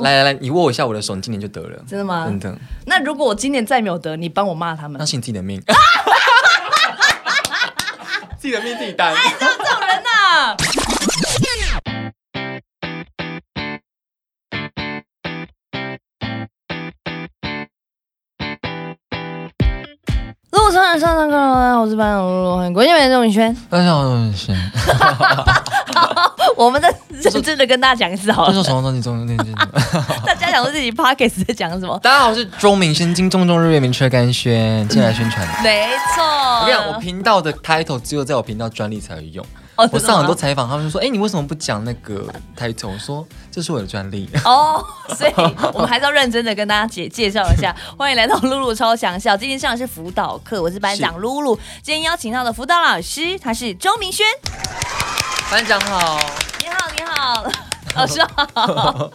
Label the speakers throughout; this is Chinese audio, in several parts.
Speaker 1: 来来来，你握我一下我的手，你今年就得了。
Speaker 2: 真的吗
Speaker 1: 真的，
Speaker 2: 那如果我今年再没有得，你帮我骂他 们
Speaker 1: 那。是你自己的 命。自己的命自己担。
Speaker 2: 这种人呐、
Speaker 3: 如果上来上上课呢，我是班长露露，欢迎国际美钟宇轩。
Speaker 1: 但是哎我是，
Speaker 2: 我们再认真的跟大家讲一次好
Speaker 1: 这
Speaker 2: 了。
Speaker 1: 是什么东西中那那。
Speaker 2: 大家想说自己 podcast 在讲什么？
Speaker 1: 大家好，我是钟明生，金钟中日月明车甘轩，进来宣传的。
Speaker 2: 没错，
Speaker 1: 我
Speaker 2: 我
Speaker 1: 跟你讲，我频道的 title 只有在我频道专利才有用。
Speaker 2: 哦
Speaker 1: 我
Speaker 2: 真的吗
Speaker 1: 上很多采访，他们就说：“哎、你为什么不讲那个 title？” 我说：“这是我的专利。
Speaker 2: 哦，所以我们还是要认真的跟大家介介绍一 下。欢迎来到露露超想笑，今天上的是辅导课，我是班长露露。今天邀请到的辅导老师，他是周明轩。”
Speaker 1: 班长好，
Speaker 2: 你好，你好， 老师 好。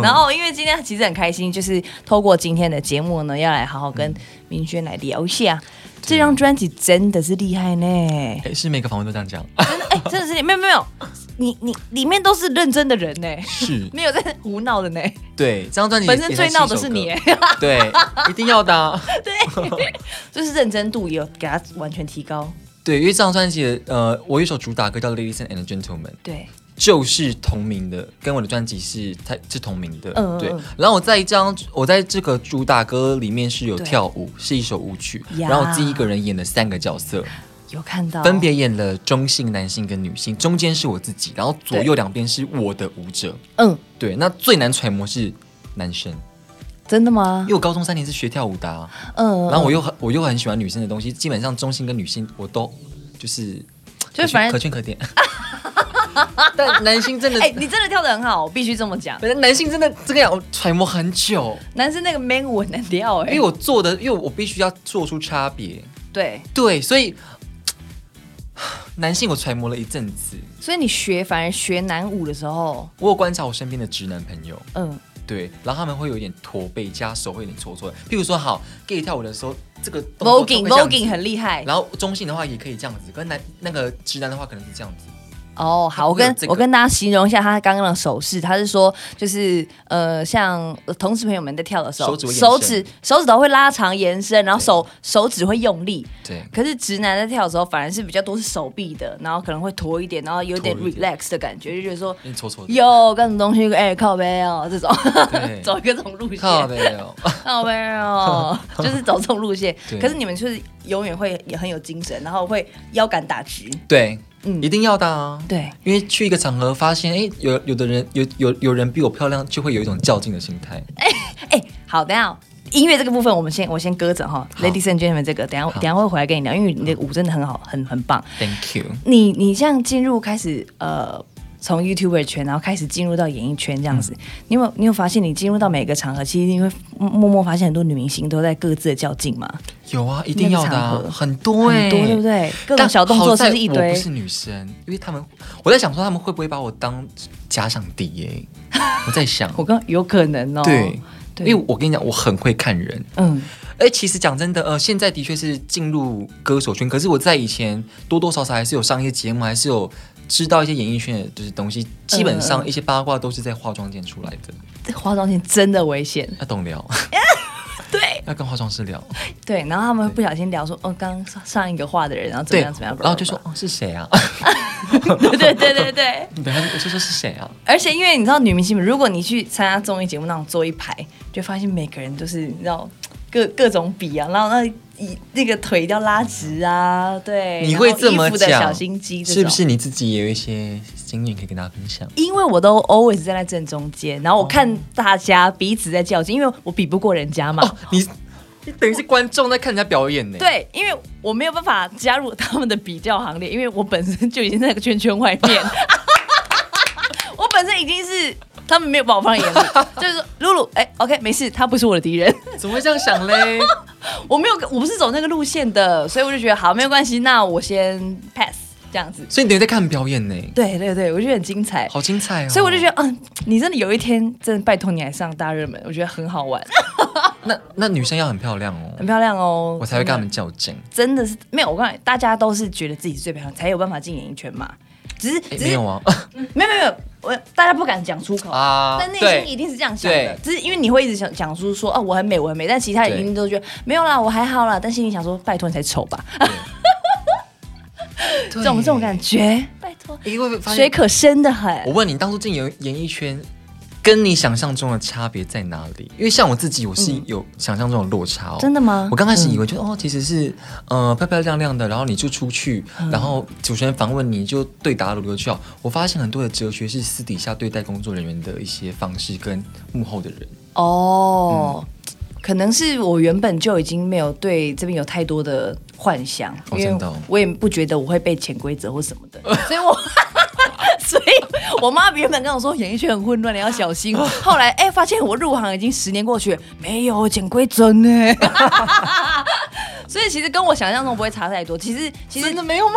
Speaker 2: 然后，因为今天其实很开心，就是透过今天的节目呢，要来好好跟明轩来聊一下。这张专辑真的是厉害呢，
Speaker 1: 哎、是每个访问都这样讲，
Speaker 2: 真的哎、真的是没有没有，你你里面都是认真的人呢，
Speaker 1: 是
Speaker 2: 没有在胡闹的呢。
Speaker 1: 对。这张专辑
Speaker 2: 本身最闹的是你，
Speaker 1: 也才七首
Speaker 2: 哎
Speaker 1: 歌，对，一定要的啊、
Speaker 2: 就是认真度也有给他完全提高。
Speaker 1: 对，因为这张专辑的呃，我有一首主打歌叫《Ladies and Gentlemen》，
Speaker 2: 对，
Speaker 1: 就是同名的，跟我的专辑是它是同名的，
Speaker 2: 嗯嗯
Speaker 1: 对
Speaker 2: 嗯。
Speaker 1: 然后我在一张，我在这个主打歌里面是有
Speaker 2: 对
Speaker 1: 跳舞，是一首舞曲，
Speaker 2: 呀
Speaker 1: 然后我自己一个人演了三个角色，
Speaker 2: 有看到，
Speaker 1: 分别演了中性、男性跟女性，中间是我自己，然后左右两边是我的舞者，
Speaker 2: 嗯，
Speaker 1: 对。那最难揣摩是男生，
Speaker 2: 真的吗
Speaker 1: 因？为我高中三年是学跳舞的、啊，
Speaker 2: 嗯，
Speaker 1: 然后我又很我又很喜欢女生的东西，基本上中性跟女性我都就是
Speaker 2: 就是反正
Speaker 1: 可圈可 点。但男性真的，
Speaker 2: 哎、你真的跳的很好，我必须这么讲。
Speaker 1: 反正男性真的这个样，我揣摩很久，
Speaker 2: 男生那个 man 我很难跳哎、
Speaker 1: 因为我做的，因为我必须要做出差别，
Speaker 2: 对，
Speaker 1: 对，所以男性我揣摩了一阵子，
Speaker 2: 所以你学反而学男舞的时候，
Speaker 1: 我有观察我身边的直男朋友，
Speaker 2: 嗯，
Speaker 1: 对，然后他们会有一点驼背加手会有点搓搓的，譬如说好 gay 跳舞的时候，这个动
Speaker 2: v o
Speaker 1: 作
Speaker 2: g
Speaker 1: 就会这样
Speaker 2: u i n v o g u i n
Speaker 1: 子
Speaker 2: 很厉害
Speaker 1: 然后中性的话也可以这样子，跟男那个直男的话可能是这样子。
Speaker 2: 哦。好，我
Speaker 1: 会有
Speaker 2: 跟
Speaker 1: 这个
Speaker 2: 我跟大家形容一下他刚刚的手势，他是说就是呃，像呃同事朋友们在跳的时候，
Speaker 1: 手指会延伸
Speaker 2: 手指手指头会拉长延伸，然后手手指会用力。
Speaker 1: 对，
Speaker 2: 可是直男在跳的时候，反而是比较多是手臂的，然后可能会驼一点，然后有点
Speaker 1: 驼一
Speaker 2: relax 的感觉，就觉得说
Speaker 1: 有点搓搓的。
Speaker 2: 哟，干什么东西？哎、靠背哦，这种
Speaker 1: 对
Speaker 2: 走一个这种路线，
Speaker 1: 靠 啊没有，
Speaker 2: 哦，没 有，就是走这种路线
Speaker 1: 对。
Speaker 2: 可是你们就是永远会也很有精神，然后会腰杆打直。
Speaker 1: 对，
Speaker 2: 嗯
Speaker 1: 一定要的啊。
Speaker 2: 对，
Speaker 1: 因为去一个场合发现，哎，有有的人有有有人比我漂亮，就会有一种较劲的心态。
Speaker 2: 哎，好，等一下哦。音乐这个部分，我们先我先搁着哈，Ladies and Gentlemen 这个，等一下等一下会回来跟你聊，因为
Speaker 1: 嗯
Speaker 2: 你的舞真的很好，很很棒。
Speaker 1: Thank you。
Speaker 2: 你你这样进入开始呃，从 YouTuber 圈，然后开始进入到演艺圈这样子，
Speaker 1: 嗯
Speaker 2: 你有没有你有发现你进入到每个场合，其实你会默默发现很多女明星都在各自的较劲嘛，
Speaker 1: 有啊，一定要的、
Speaker 2: 那个
Speaker 1: 啊
Speaker 2: 场合，
Speaker 1: 很多哎、
Speaker 2: 很多对不？对？各种
Speaker 1: 但
Speaker 2: 小动
Speaker 1: 好
Speaker 2: 作是
Speaker 1: 在
Speaker 2: 不是一堆
Speaker 1: 我不？是女生，因为他们，我在想说他们会不会把我当假想敌 耶、我在想，
Speaker 2: 我刚有可能哦，
Speaker 1: 对，
Speaker 2: 对
Speaker 1: 因为我跟你讲，我很会看人。
Speaker 2: 嗯，
Speaker 1: 哎，其实讲真的，呃，现在的确是进入歌手圈，可是我在以前多多少少还是有上一些节目，还是有知道一些演艺圈的就是东西。基本上一些八卦都是在化妆间出来的，
Speaker 2: 这 化妆间真的危险。
Speaker 1: 要懂聊，
Speaker 2: 对
Speaker 1: 要跟化妆师聊，
Speaker 2: 对，然后他们会不小心聊说，哦，刚刚上一个画的人，然后怎
Speaker 1: 对，
Speaker 2: 么样怎么样，
Speaker 1: 然后就说，哦是谁 啊？
Speaker 2: 对对对对对。
Speaker 1: 对，我就说是谁啊？
Speaker 2: 而且因为你知道女明星们，如果你去参加综艺节目那种坐一排，就发现每个人都是你知道各各种比啊，然后那一那个腿一定要拉直啊，对，
Speaker 1: 你会
Speaker 2: 然后
Speaker 1: 这么
Speaker 2: 衣服的
Speaker 1: 讲哦
Speaker 2: 小心机，
Speaker 1: 是不？是你自己也有一些经验可以跟大家分享？
Speaker 2: 因为我都 always 站在正中间，然后我看大家彼此在较劲，因为我比不过人家嘛。
Speaker 1: 哦，你你等于是观众在看人家表演呢。，
Speaker 2: 对，因为我没有办法加入他们的比较行列，因为我本身就已经在那个圈圈外 面，我本身已经是他们没有把我放在眼里，就是说露露，哎、o k 没事，他不是我的敌人，
Speaker 1: 怎么会这样想嘞？
Speaker 2: 我没有，我不是走那个路线的，所以我就觉得好，没有关系，那我先 pass 这样子。
Speaker 1: 所以你等于在看表演呢，
Speaker 2: 对对对，我觉得很精彩。
Speaker 1: 好精彩哦！
Speaker 2: 所以我就觉得，嗯，你真的有一天，真的拜托你来上大热门，我觉得很好玩，
Speaker 1: 那那女生要很漂亮哦
Speaker 2: 很，漂亮哦。
Speaker 1: 我才会
Speaker 2: 真的
Speaker 1: 跟他们较劲。
Speaker 2: 真的是没有，我告诉你，大家都是觉得自己是最漂亮，才有办法进演艺圈嘛。只是
Speaker 1: 诶
Speaker 2: 只
Speaker 1: 没
Speaker 2: 是
Speaker 1: 有啊
Speaker 2: 没有没有没有，我大家不敢讲出口。
Speaker 1: 啊，
Speaker 2: 但内心
Speaker 1: 对
Speaker 2: 一定是这样想的
Speaker 1: 对，
Speaker 2: 只是因为你会一直想讲出说啊我很美我很美，但其他人
Speaker 1: 对
Speaker 2: 一定都觉得没有啦我还好啦，但心里想说拜托你才丑吧，这种这种感觉，拜托，
Speaker 1: 因为发
Speaker 2: 水
Speaker 1: 现，
Speaker 2: 可深的
Speaker 1: 我
Speaker 2: 很，
Speaker 1: 问你，当初进演演艺圈，跟你想象中的差别在哪里？因为像我自己，我是有想象中嗯的落差哦，
Speaker 2: 真的吗
Speaker 1: 我？刚开始以为就、哦，其实是呃漂漂亮亮的，然后你就出去，然后主持人访问你就对答如流就好。我发现很多的哲学是私底下对待工作人员的一些方式跟幕后的人。
Speaker 2: 哦，可能是我原本就已经没有对这边有太多的幻想，
Speaker 1: 哦
Speaker 2: 因
Speaker 1: 真
Speaker 2: 为
Speaker 1: 的哦
Speaker 2: 我也不觉得我会被潜规则或 什么的，所以我。 所以，我妈原本跟我说演艺圈很混乱，你要小心。 后来，哎、发现我入行已经十年过去了，没有潜规则呢。 所以，其实跟我想象中不会差太多。其实，其实
Speaker 1: 没有吗？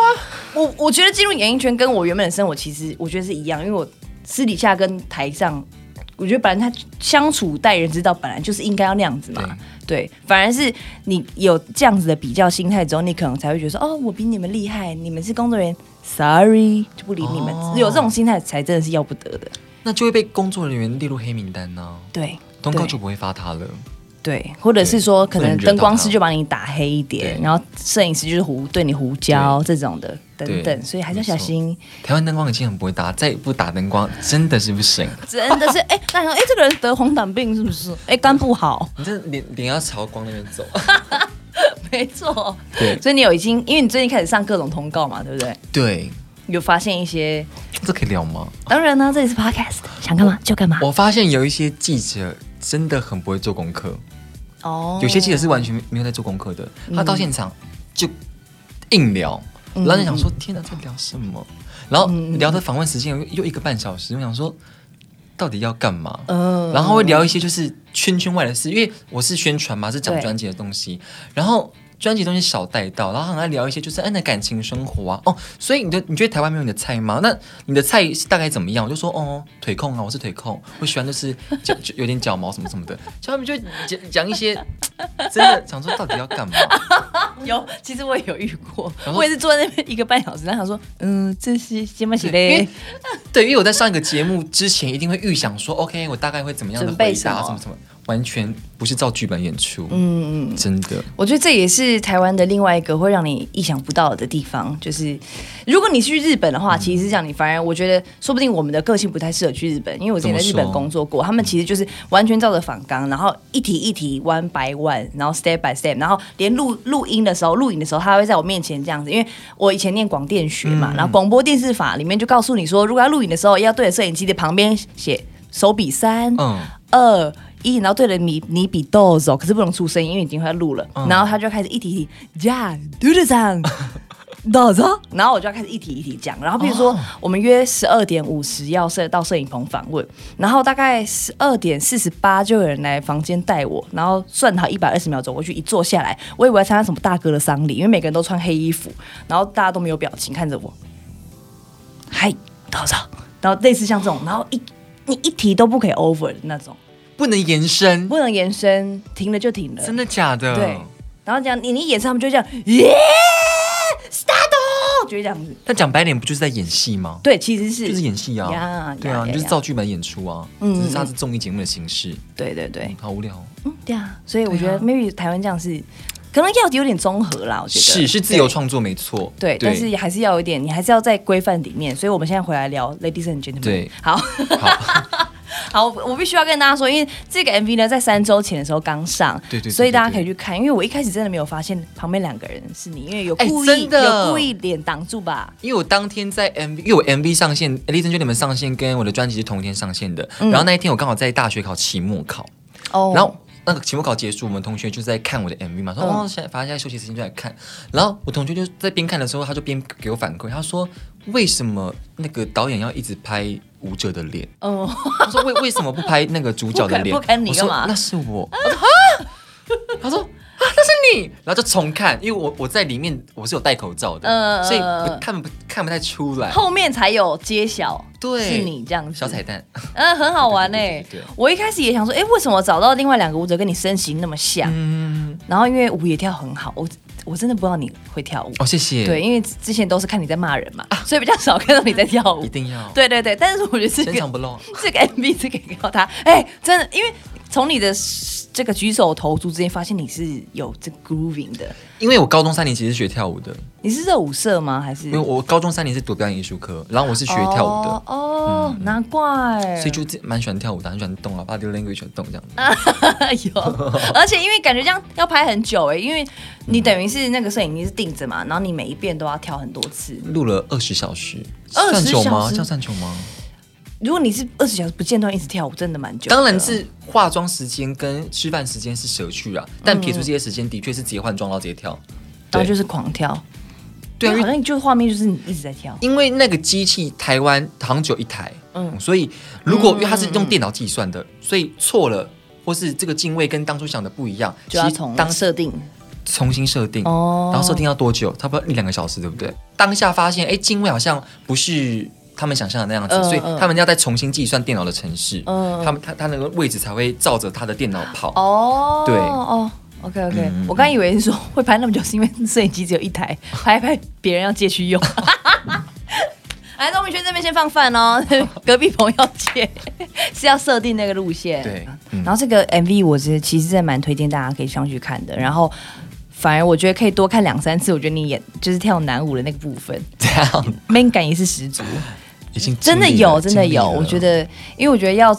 Speaker 2: 我我觉得进入演艺圈跟我原本的生活其实我觉得是一样，因为我私底下跟台上，我觉得本来他相处待人之道本来就是应该要那样子嘛。对，反而是你有这样子的比较心态之后，你可能才会觉得说，哦，我比你们厉害，你们是工作人员，sorry 就不理你们。
Speaker 1: 哦
Speaker 2: 有这种心态才真的是要不得的。
Speaker 1: 那就会被工作人员列入黑名单呢、
Speaker 2: 对，
Speaker 1: 通告
Speaker 2: 对
Speaker 1: 就不会发他了。
Speaker 2: 对，或者是说可
Speaker 1: 不
Speaker 2: 能
Speaker 1: 能惹到
Speaker 2: 灯光师
Speaker 1: 他
Speaker 2: 就把你打黑一点，
Speaker 1: 对
Speaker 2: 然后摄影师就是胡对你胡椒这种的等等，
Speaker 1: 对
Speaker 2: 所以还是要小
Speaker 1: 没错
Speaker 2: 心。
Speaker 1: 台湾灯光已经很不会打，再不打灯光真的是不行。
Speaker 2: 真的是哎，大家说哎，这个人得红疸病是不是？哎，肝不好，
Speaker 1: 你这脸脸要朝光那边走。
Speaker 2: 没错。
Speaker 1: 对
Speaker 2: 所以你有已经，因为你最近开始上各种通告嘛，对不对？
Speaker 1: 对，
Speaker 2: 有发现一些，
Speaker 1: 这可以聊吗？
Speaker 2: 当然呢，这里是 podcast，想干嘛就干嘛。
Speaker 1: 我发现有一些记者真的很不会做功课。
Speaker 2: 哦
Speaker 1: 有些记者是完全没有在做功课的，他到现场就硬聊，然后你想说天哪，在聊什么？然后聊的访问时间又又一个半小时，我想说到底要干嘛？
Speaker 2: 嗯
Speaker 1: 然后会聊一些就是圈圈外的事，因为我是宣传嘛，是讲
Speaker 2: 对
Speaker 1: 专辑的东西，然后。专辑的东西少带到，然后很爱聊一些就是哎，那感情生活啊，哦，所以你的你觉得台湾没有你的菜吗？那你的菜是大概怎么样？我就说哦，腿控啊，我是腿控，我喜欢就是就就有点脚毛什么什么的，就他们就讲讲一些真的想说到底要干 嘛？
Speaker 2: 有，其实我也有遇过，
Speaker 1: 然后
Speaker 2: 我也是坐在那边一个半小时，然后想说，嗯，这是先不起
Speaker 1: 因
Speaker 2: 嘞
Speaker 1: 为，对，因为我在上一个节目之前一定会预想说，OK，我大概会怎么样的
Speaker 2: 准备
Speaker 1: 回答，
Speaker 2: 什
Speaker 1: 什
Speaker 2: 么
Speaker 1: 么什么，完全不是照剧本演出，
Speaker 2: 嗯嗯。
Speaker 1: 真的。
Speaker 2: 我觉得这也是台湾的另外一个会让你意想不到的地方，就是如果你去日本的话，嗯其实是这样，你反而我觉得说不定我们的个性不太适合去日本，因为我之前在日
Speaker 1: 怎么
Speaker 2: 本
Speaker 1: 说
Speaker 2: 工作过，他们其实就是完全照着仿纲，然后一题一题 one by one，然后 step by step，然后连录录音的时候，录影的时候，他会在我面前这样子，因为我以前念广电学嘛，
Speaker 1: 嗯
Speaker 2: 然后广播电视法里面就告诉你说，如果要录影的时候，要对着摄影机的旁边写手比三，
Speaker 1: 嗯，
Speaker 2: 二一，然后对着你你比豆子哦，可是不能出声音，因为已经快录了。
Speaker 1: 嗯
Speaker 2: 然后他就开始一题一题讲，嘟嘟讲，豆
Speaker 1: 啊
Speaker 2: 子哦，然后我就要开始一题一题讲。然后比如
Speaker 1: 哦
Speaker 2: 说，我们约十二点五十要摄到摄影棚访问，然后大概十二点四十八就有人来房间带我，然后算好一百二十秒钟，我去一坐下来，我以为要参加什么大哥的丧礼，因为每个人都穿黑衣服，然后大家都没有表情看着我，嗨，豆子哦，然后类似像这种，然后一你一题都不可以 over 的那种。
Speaker 1: 不能延伸，
Speaker 2: 不能延伸，停了就停了。
Speaker 1: 真的假的？
Speaker 2: 对，然后这样你你一延伸，他们就会这样耶，start，哦就会这样子。
Speaker 1: 但讲白脸不就是在演戏吗？
Speaker 2: 对，其实是
Speaker 1: 就是演戏啊
Speaker 2: 呀，
Speaker 1: 对啊，
Speaker 2: 呀呀
Speaker 1: 你就是
Speaker 2: 呀
Speaker 1: 照剧本演出啊，
Speaker 2: 嗯
Speaker 1: 只是它是综艺节目的形式，
Speaker 2: 对对对，
Speaker 1: 好无聊哦。
Speaker 2: 嗯，对啊。所以我
Speaker 1: 对
Speaker 2: 觉得
Speaker 1: 啊
Speaker 2: maybe 台湾这样是可能要有点综合啦，我觉得
Speaker 1: 是是自由创作没错，
Speaker 2: 对，对但是还是要有一点，你还是要在规范里面。所以我们现在回来聊，ladies and gentlemen，
Speaker 1: 对
Speaker 2: 好。
Speaker 1: 好，
Speaker 2: 好，我我必须要跟大家说，因为这个 MV 呢，在三周前的时候刚上，
Speaker 1: 对对对
Speaker 2: 所以大家可以
Speaker 1: 对
Speaker 2: 去看。因为我一开始真的没有发现旁边两个人是你，因为有
Speaker 1: 哎
Speaker 2: 故意、
Speaker 1: 真的
Speaker 2: 有故意脸挡住吧？
Speaker 1: 因为我当天在 MV，因为我 MV 上线，《立正就你们》上线跟我的专辑是同一天上线的，
Speaker 2: 嗯
Speaker 1: 然后那一天我刚好在大学考期末考，
Speaker 2: 哦
Speaker 1: 然后那个期末考结束，我们同学就在看我的 MV 嘛，说、
Speaker 2: 嗯
Speaker 1: 哦，现在反正现在休息时间就来看。然后我同学就在边看的时候，他就边给我反馈，他说为什么那个导演要一直拍舞者的脸？
Speaker 2: 哦，
Speaker 1: 他说为为什么不拍那个主角的脸？
Speaker 2: 不可不可你
Speaker 1: 我说
Speaker 2: 干嘛
Speaker 1: 那是 我。我说啊，他说啊，那是你。然后就重看，因为我我在里面我是有戴口罩的，
Speaker 2: 嗯
Speaker 1: 所以不看不看不太出来。
Speaker 2: 后面才有揭晓
Speaker 1: 对，
Speaker 2: 是你这样子
Speaker 1: 小彩蛋，
Speaker 2: 嗯，很好玩呢、
Speaker 1: 对对对对对
Speaker 2: 我一开始也想说，哎、为什么找到另外两个舞者跟你身形那么像？
Speaker 1: 嗯，
Speaker 2: 然后因为舞也跳很好，我我真的不知道你会跳舞。
Speaker 1: 哦，谢谢，
Speaker 2: 对，，因为之前都是看你在骂人嘛，所以比较少看到你在跳舞
Speaker 1: 啊一。定要，，
Speaker 2: 对对对，但是我觉得这
Speaker 1: 深
Speaker 2: 个
Speaker 1: 藏不露，
Speaker 2: 这个 MV 是给到他，哎、真的，因为从你的这个举手投足之间，发现你是有这 grooving 的。
Speaker 1: 因为我高中三年级是学跳舞的，
Speaker 2: 你是热舞社吗？还是
Speaker 1: 因为我高中三年是读表演艺术科，然后我是学跳舞的。嗯
Speaker 2: 哦，哦难怪。
Speaker 1: 所以就自蛮喜欢跳舞的，很喜欢动啊，把 d y language 喜欢动这样子。
Speaker 2: 有，而且因为感觉这样要拍很久哎、因为你等于是那个摄影机是定着嘛，然后你每一遍都要跳很多次。
Speaker 1: 录了二十小时，
Speaker 2: 20
Speaker 1: 算久
Speaker 2: 小
Speaker 1: 吗？
Speaker 2: 时
Speaker 1: 这样算久吗？
Speaker 2: 如果你是二十小时不间断一直跳舞，真的蛮久的。
Speaker 1: 当然是化妆时间跟吃饭时间是舍去啊，但撇除这些时间，的确是直接换装然后直接跳。
Speaker 2: 然
Speaker 1: 对
Speaker 2: 后就是狂跳。
Speaker 1: 对啊，
Speaker 2: 因为
Speaker 1: 因
Speaker 2: 好
Speaker 1: 为
Speaker 2: 像就是画面就是你一直在跳。
Speaker 1: 因为那个机器台湾好像只有一台，
Speaker 2: 嗯
Speaker 1: 嗯，所以如果因为它是用电脑计算的，所以错了。或是这个进位跟当初想的不一样，
Speaker 2: 就要
Speaker 1: 其实
Speaker 2: 从
Speaker 1: 当
Speaker 2: 设定
Speaker 1: 重新设定，
Speaker 2: 哦
Speaker 1: 然后设定要多久？差不多一两个小时，对不对？当下发现，哎，进位好像不是他们想象的那样子，
Speaker 2: 嗯
Speaker 1: 所以
Speaker 2: 嗯
Speaker 1: 他们要再重新计算电脑的程式，
Speaker 2: 嗯嗯
Speaker 1: 他们他他那个位置才会照着他的电脑跑。
Speaker 2: 哦，
Speaker 1: 对
Speaker 2: 哦。OK OK，、
Speaker 1: 嗯嗯
Speaker 2: 我刚以为是说会拍那么久，是因为摄影机只有一 台，拍一拍别人要借去用。来，钟明轩这边先放饭哦，隔壁朋友借 是要设定那个路线。
Speaker 1: 对嗯
Speaker 2: 然后这个 MV 我是其实真的蛮推荐大家可以上去看
Speaker 1: 嗯
Speaker 2: 的，然后反而我觉得可以多看两三次，我觉得你演就是跳男舞的那个 部分
Speaker 1: 这样
Speaker 2: ，man 感也是十足。
Speaker 1: 已经
Speaker 2: 真的
Speaker 1: 尽力
Speaker 2: 有，
Speaker 1: 了
Speaker 2: 真的
Speaker 1: 尽力
Speaker 2: 有。
Speaker 1: 了
Speaker 2: 我觉得，因为我觉得要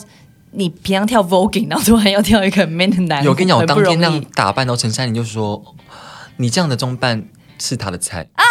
Speaker 2: 你平常跳 voguing，然后突然要跳一个很 man 的男舞，
Speaker 1: 有跟你讲，我
Speaker 2: 很不
Speaker 1: 当
Speaker 2: 容
Speaker 1: 天那
Speaker 2: 易
Speaker 1: 样。打扮，然后陈珊妮就说：“你这样的装扮是他的菜。
Speaker 2: 啊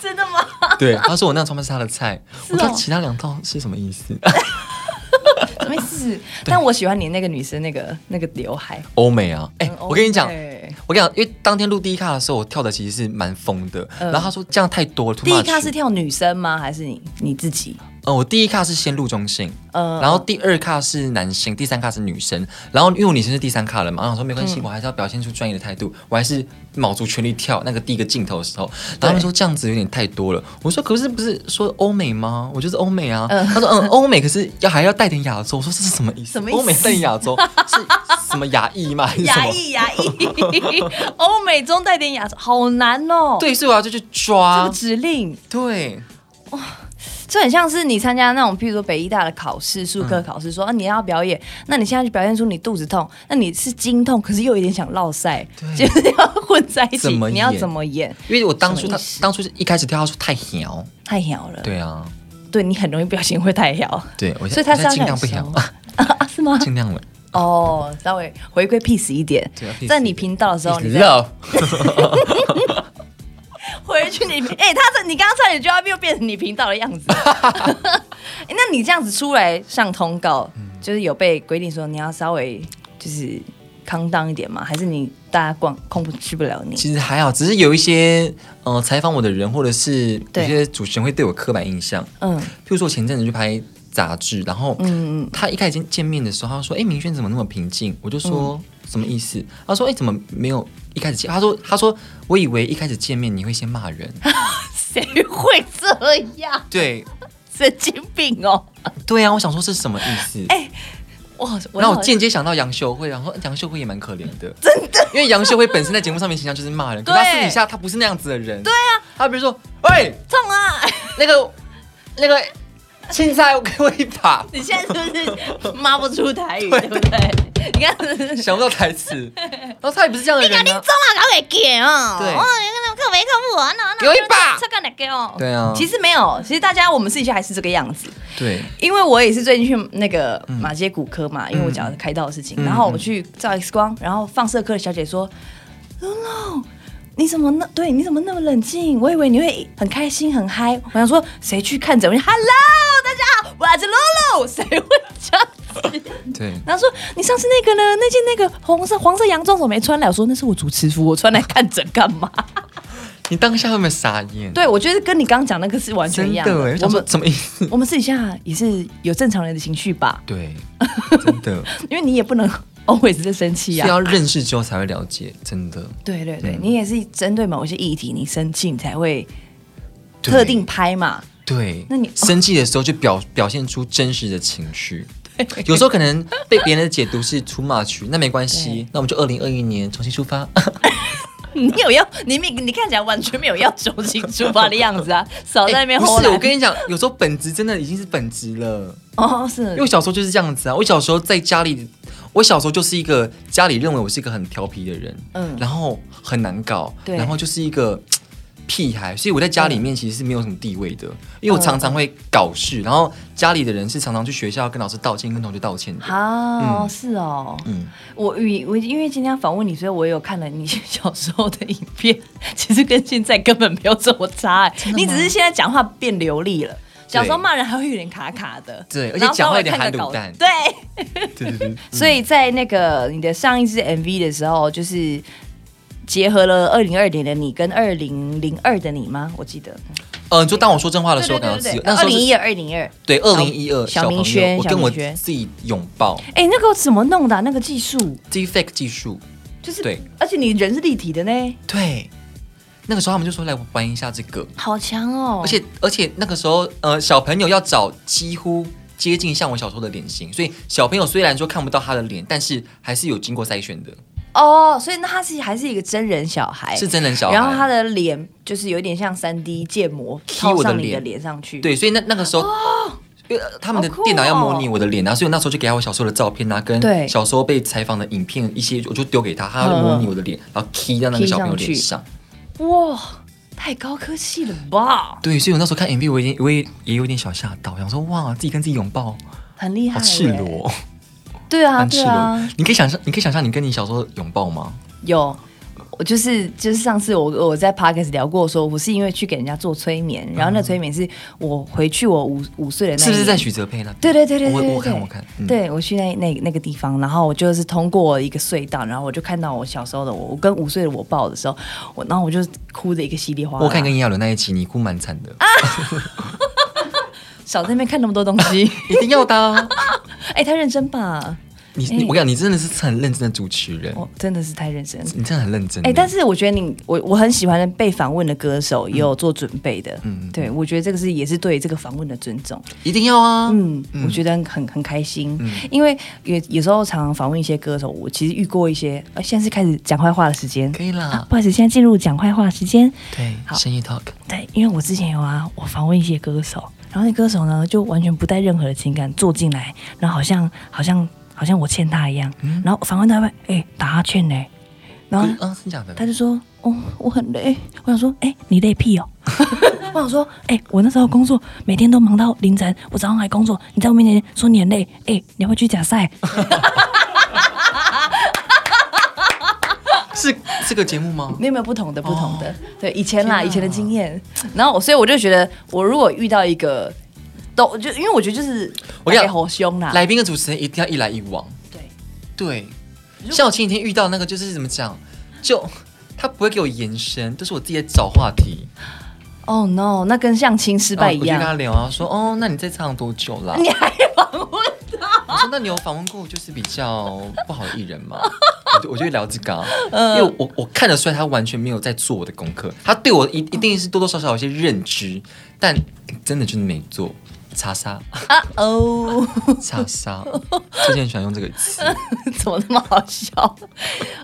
Speaker 2: 真的吗？
Speaker 1: 对，他说我那样装扮是他的菜。我
Speaker 2: 哦
Speaker 1: 说其他两套是什么意思？
Speaker 2: 没事，但我喜欢你那个女生那个那个刘海。
Speaker 1: 欧美啊，哎、
Speaker 2: 很
Speaker 1: 我跟你讲。
Speaker 2: OK
Speaker 1: 我跟你讲，因为当天录第一卡的时候，我跳的其实是蛮疯的。
Speaker 2: 嗯
Speaker 1: 然后他说这样太多了，too
Speaker 2: 第一咖
Speaker 1: much
Speaker 2: 是跳女生吗？还是你你自己？
Speaker 1: 呃，我第一卡是先录中性，
Speaker 2: 嗯
Speaker 1: 然后第二卡是男性，第三卡是女生。然后因为我女生是第三卡了嘛，然后我说没
Speaker 2: 嗯
Speaker 1: 关系，我还是要表现出专业的态度，我还是卯足全力跳那个第一个镜头的时候。然后他们说这样子有点太多了，我说可是不是说欧美吗？我就是欧美啊。他说嗯，欧美可是要还要带点亚洲。我说这 是什么意思？
Speaker 2: 什么意思
Speaker 1: 欧美带点亚洲是什么亚裔吗？还是什
Speaker 2: 牙
Speaker 1: 么？
Speaker 2: 医牙医， 欧美中带点亚洲，好难哦。，
Speaker 1: 对，啊所以我要就去
Speaker 2: 这
Speaker 1: 抓
Speaker 2: 个。指令，
Speaker 1: 对，
Speaker 2: 这很像是你参加那种，譬如说北医大的考试，术
Speaker 1: 嗯
Speaker 2: 科考试，说、啊你要表演，那你现在去表现出你肚子痛，那你是经痛，可是又有点想落腮，
Speaker 1: 对
Speaker 2: 就是要混在一起
Speaker 1: 怎，么演
Speaker 2: 你要怎么演？
Speaker 1: 因为我当初
Speaker 2: 什么
Speaker 1: 他
Speaker 2: 意思
Speaker 1: 当初是一开始跳，他说太摇。
Speaker 2: 太摇了，
Speaker 1: 对啊，
Speaker 2: 对你很容易表情会太摇，
Speaker 1: 对，我
Speaker 2: 所以他
Speaker 1: 我现
Speaker 2: 是要
Speaker 1: 在尽量
Speaker 2: 忍
Speaker 1: 不摇
Speaker 2: 受。 啊，是吗？
Speaker 1: 尽量了。
Speaker 2: 哦，稍微回归 peace 一点
Speaker 1: 对啊，peace，
Speaker 2: 在你频道的时候，你再
Speaker 1: love，
Speaker 2: 回去 你哎、他这你刚刚差点就要又变成你频道的样子、哎那你这样子出来上通告，
Speaker 1: 嗯
Speaker 2: 就是有被规定说你要稍微就是康当一点吗？还是你大家逛控不去不了你？
Speaker 1: 其实还好，只是有一些呃采访我的人，或者是有
Speaker 2: 对
Speaker 1: 些主持人会对我刻板印象。
Speaker 2: 嗯，
Speaker 1: 譬如说，我前阵子去拍杂志，然后
Speaker 2: 嗯
Speaker 1: 嗯，他一开始见面的时候，他说：“哎、明轩怎么那么平静？”我就
Speaker 2: 嗯
Speaker 1: 说：“什么意思？”他说：“哎、怎么没有一开始见？”他说：“他说我以为一开始见面你会先骂 人。
Speaker 2: 谁会这样？
Speaker 1: 对”
Speaker 2: 神经病哦！
Speaker 1: 对啊，我想说这是什么意思？
Speaker 2: 哇，我
Speaker 1: 那
Speaker 2: 好
Speaker 1: 我
Speaker 2: 像
Speaker 1: 间接想到杨秀慧，然后杨秀慧也蛮可怜的，真的，因为杨秀慧本身在节目上面形象就是骂人，可是她
Speaker 2: 对
Speaker 1: 私底下她不是那样子的人。对啊，她比如说，喂，
Speaker 2: 痛啊！
Speaker 1: 那个那个青菜给我一把，
Speaker 2: 你现在是不是骂不出 台语，对不对？你看，
Speaker 1: 想不到台 词，然后她也不是这样的人啊。
Speaker 2: 搞给给哦
Speaker 1: 对
Speaker 2: 哦，那啊个没看不完呢，
Speaker 1: 给我一把
Speaker 2: 这个哪给哦？
Speaker 1: 对啊
Speaker 2: 其实没有，其实大家我们私底下还是这个样子，
Speaker 1: 对，
Speaker 2: 因为我也是最近去那个马街骨科嘛，因为我讲的开刀的事情，
Speaker 1: 嗯
Speaker 2: 然后我去照 X 光，然后放射科的小姐说，露露。你怎么那对？你怎么那么冷静？我以为你会很开心很嗨。我想说，谁去看诊？我就 Hello，大家好，我是露露。谁会这样
Speaker 1: 对，
Speaker 2: 然后说你上次那个呢？那件那个红色黄色洋装怎么没穿来？我说那是我主持服，我穿来看诊干嘛？
Speaker 1: 你当下有没有傻眼？
Speaker 2: 对，我觉得跟你刚刚讲那个是完全
Speaker 1: 真的
Speaker 2: 一样的。
Speaker 1: 哎，我
Speaker 2: 我
Speaker 1: 想说
Speaker 2: 们
Speaker 1: 怎么意思？
Speaker 2: 我们私底下也是有正常人的情绪吧，
Speaker 1: 对，真的
Speaker 2: 因为你也不能 always 在生气
Speaker 1: 是
Speaker 2: 呀、啊。
Speaker 1: 要认识之后才会了解，真的。
Speaker 2: 对对对，
Speaker 1: 嗯
Speaker 2: 你也是针对某些议题你生气，你才会
Speaker 1: 对
Speaker 2: 特定拍嘛。
Speaker 1: 对，
Speaker 4: 那你哦
Speaker 1: 生气的时候就表表现出真实的情绪。有时候可能被别人的解读是 too much，那没关系
Speaker 4: 对，
Speaker 1: 那我们就二零二一年重新出发。
Speaker 4: 你有要你没你看起来完全没有要重新出 发的样子啊，少在那边
Speaker 1: 哎不
Speaker 4: 吼
Speaker 1: 是，
Speaker 4: 啦
Speaker 1: 我跟你讲，有时候本质真的已经是本质了。
Speaker 4: 哦
Speaker 1: 因
Speaker 4: 是
Speaker 1: 为我小时候就是这样子啊，我小时候在家里，我小时候就是一个家里认为我是一个很调皮的人，
Speaker 4: 嗯
Speaker 1: 然后很难搞，
Speaker 4: 对嗯
Speaker 1: 然后就是一个。嘖屁孩，所以我在家里面其实是没有什么地位的，因为我常常会搞事，然后家里的人是常常去学校跟老师道歉，跟同学道 歉的。
Speaker 4: 啊、
Speaker 1: 嗯
Speaker 4: 是哦，
Speaker 1: 嗯，
Speaker 4: 我与我因为今天要访问你，所以我有看了你小时候的影片， 其实跟现在根本没有这么差、欸，你只是现在讲话变流利了。小时候骂人还会有点卡卡的，
Speaker 1: 对而且
Speaker 4: 然后
Speaker 1: 讲
Speaker 4: 稍
Speaker 1: 话
Speaker 4: 微
Speaker 1: 有点
Speaker 4: 看
Speaker 1: 含
Speaker 4: 个
Speaker 1: 卤
Speaker 4: 稿
Speaker 1: 蛋嗯
Speaker 4: 对，
Speaker 1: 对对对，
Speaker 2: 所以在那个你的上一支 MV 的时候，就是结合了二零二零的你跟二零零二的你吗？我记得
Speaker 1: 呃，就当我说真话的时候感到自由。那时
Speaker 2: 二
Speaker 1: 候
Speaker 2: 零
Speaker 1: 是
Speaker 2: 一二、二零二。
Speaker 1: 对二零一二
Speaker 2: 小
Speaker 1: 朋友
Speaker 2: 明轩
Speaker 1: 我跟我
Speaker 2: 小明轩
Speaker 1: 自己拥抱
Speaker 2: 哎，那个怎么弄的啊、那个技术
Speaker 1: defect 技术，
Speaker 2: 就是
Speaker 1: 对，
Speaker 2: 而且你人是立体的呢，
Speaker 1: 对，那个时候他们就说来玩一下这个，
Speaker 2: 好强哦！
Speaker 1: 而且而且那个时候呃小朋友要找几乎接近像我小时候的脸型，所以小朋友虽然说看不到他的脸，但是还是有经过筛选的，
Speaker 2: 哦，所以那他是还是一个真人小孩，
Speaker 1: 是真人小孩。
Speaker 2: 然后他的脸就是有点像三 D 建模，
Speaker 1: 踢我的
Speaker 2: 套上你
Speaker 1: 脸
Speaker 2: 的脸上去。，
Speaker 1: 对，所以那那个时候。因为呃他们的
Speaker 2: 好酷哦
Speaker 1: 电脑要模拟我的脸啊，所以我那时候就给他我小时候的照片啊，跟
Speaker 2: 对
Speaker 1: 小时候被采访的影片一些，我就丢给他，他要模拟我的脸，然后 key 到那个
Speaker 2: 嗯 key
Speaker 1: 小朋友
Speaker 2: 上去
Speaker 1: 脸上。
Speaker 2: 哇，太高科技了吧，
Speaker 1: 对，所以我那时候看 MV，我已经我也也有点小吓到，想说哇，自己跟自己拥抱，
Speaker 2: 很厉害，
Speaker 1: 好赤。裸，
Speaker 2: 对啊，
Speaker 1: 蛮赤
Speaker 2: 对
Speaker 1: 裸。
Speaker 2: 啊，
Speaker 1: 你可以想象，你可以想象你跟你小时候拥抱吗？
Speaker 2: 有。我就是就是上次我我在 podcast 聊过说我是因为去给人家做催眠，然后那催眠是我回去我五五岁的那一
Speaker 1: 嗯是不是
Speaker 2: 年
Speaker 1: 在许哲佩那边？
Speaker 2: 对对对对
Speaker 1: 我
Speaker 2: 对对
Speaker 1: 我看
Speaker 2: 对
Speaker 1: 我看，嗯，
Speaker 2: 对我去那那那个地方，然后我就是通过一个隧道，然后我就看到我小时候的我，我跟五岁的我抱的时候，我然后我就哭的一个稀里哗啦。
Speaker 1: 我看跟炎亚纶那一集，你哭蛮惨的，
Speaker 2: 啊少在那边看那么多东 西，
Speaker 1: 一定要的 啊。
Speaker 2: 哎、太认真吧，
Speaker 1: 你你
Speaker 2: 哎
Speaker 1: 我跟你讲，你真的是很认真的主持人，
Speaker 2: 我真的是太认真。
Speaker 1: 你真的很认真欸
Speaker 2: 哎、
Speaker 1: 耶。
Speaker 2: 但是我觉得你，我我很喜欢被访问的歌手，也有做准备的。
Speaker 1: 嗯嗯
Speaker 2: 嗯，对，我觉得这个是也是对这个访问的尊重。
Speaker 1: 一定要啊，
Speaker 2: 嗯，我觉得很很开心，
Speaker 1: 嗯
Speaker 2: 因为有有时候常常访问一些歌手，我其实遇过一些，呃，现在是开始讲坏话的时间，
Speaker 1: 可以啦
Speaker 2: 啊，不好意思，现在进入讲坏话时间。
Speaker 1: 对，
Speaker 2: 好
Speaker 1: 深夜 talk，
Speaker 2: 对，因为我之前有啊，我访问一些歌手，然后那歌手呢就完全不带任何的情感坐进来，然后好像好像好像我欠他一样，然后访问他问，哎、打哈欠呢、然后
Speaker 1: 嗯啊，真假的，
Speaker 2: 他就说，哦，我很累，我想说，哎、你累屁哦。 我想说，哎、我那时候工作每天都忙到凌晨，我早上还工作，你在我面前说你很累，哎、你要不要去假赛？
Speaker 1: 是这个节目吗？
Speaker 2: 你有没有不同的不同的？
Speaker 1: 哦
Speaker 2: 对，以前啦，
Speaker 1: 天啊
Speaker 2: 以前的经验。然后我，所以我就觉得，我如果遇到一个，都就因为我觉得就是
Speaker 1: 我跟你讲
Speaker 2: 好凶啊啦，
Speaker 1: 来宾跟主持人一定要一来一往，
Speaker 2: 对，
Speaker 1: 对。像我前几天遇到那个，就是怎么讲，就 他不会给我延伸，都、是我自己在找话题。
Speaker 2: 哦、no，那跟相亲失
Speaker 1: 失
Speaker 2: 败一
Speaker 1: 我就跟他
Speaker 2: 样。
Speaker 1: 聊啊，说哦，那你在唱多久啦？
Speaker 2: 你还访问？
Speaker 1: 我说那你有访问过就是比较不好的艺人吗？ 我就我就会聊这个啊、
Speaker 2: 嗯
Speaker 1: 因为我我看得出来他完全没有在做我的功课，他对我一一定是多多少少有些认知，但真的就是没做。叉杀，
Speaker 2: 啊哦，
Speaker 1: 叉杀，最近很喜欢用这个词。
Speaker 2: 怎么那么好笑？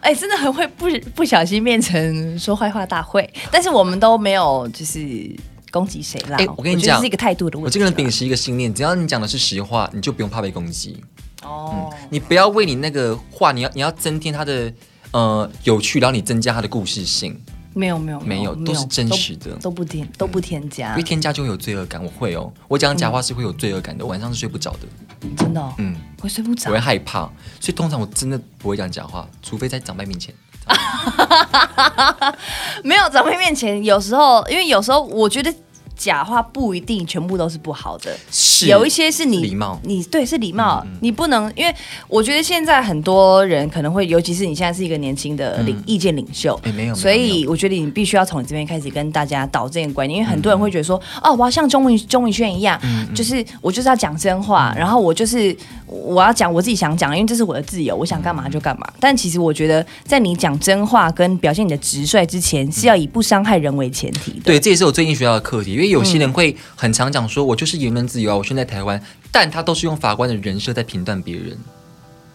Speaker 2: 哎、真的很会不不小心变成说坏话大会，但是我们都没有就是攻击谁啦。
Speaker 1: 哎我跟你讲
Speaker 2: 觉得是一个态度的问题啦。啊
Speaker 1: 我这个人秉持一个信念，只要你讲的是实话，你就不用怕被攻击。
Speaker 2: 哦，
Speaker 1: 你不要为你那个话，你要你要增添它的呃有趣，然后你增加它的故事性，
Speaker 2: 没有没有
Speaker 1: 没有都是真实的
Speaker 2: 都都不添都不添加
Speaker 1: 因为，添加就会有罪恶感。我会哦，我讲假话是会有罪恶感的，晚上是睡不着的。
Speaker 2: 真的、哦，
Speaker 1: 嗯。
Speaker 2: 我睡不着
Speaker 1: 我会。害怕，所以通常我真的不会讲假话，除非在长辈面前。
Speaker 2: 没有长辈面前，有时候因为有时候我觉得假话不一定全部都是不好的，
Speaker 1: 是
Speaker 2: 有一些是你
Speaker 1: 礼貌嗯
Speaker 2: 你对是礼貌，你不能因为我觉得现在很多人可能会，尤其是你现在是一个年轻的领、
Speaker 1: 嗯
Speaker 2: 意见领袖，
Speaker 1: 哎没有没有
Speaker 2: 所以我觉得你必须要从你这边开始跟大家导这个观念，因为很
Speaker 1: 嗯
Speaker 2: 多人会觉得说，哦，我要像钟文钟文轩一样，就是我就是要讲真
Speaker 1: 嗯
Speaker 2: 话，然后我就是我要讲我自己想讲，因为这是我的自由，我想
Speaker 1: 嗯
Speaker 2: 干嘛就干嘛。但其实我觉得，在你讲真话跟表现你的直率之前，是要以不伤害人为前提的。
Speaker 1: 对，这也是我最近学到的课题，因为有些人
Speaker 2: 嗯
Speaker 1: 会很常讲说，我就是言论自由啊，我现在台湾，但他都是用法官的人设在评断别人，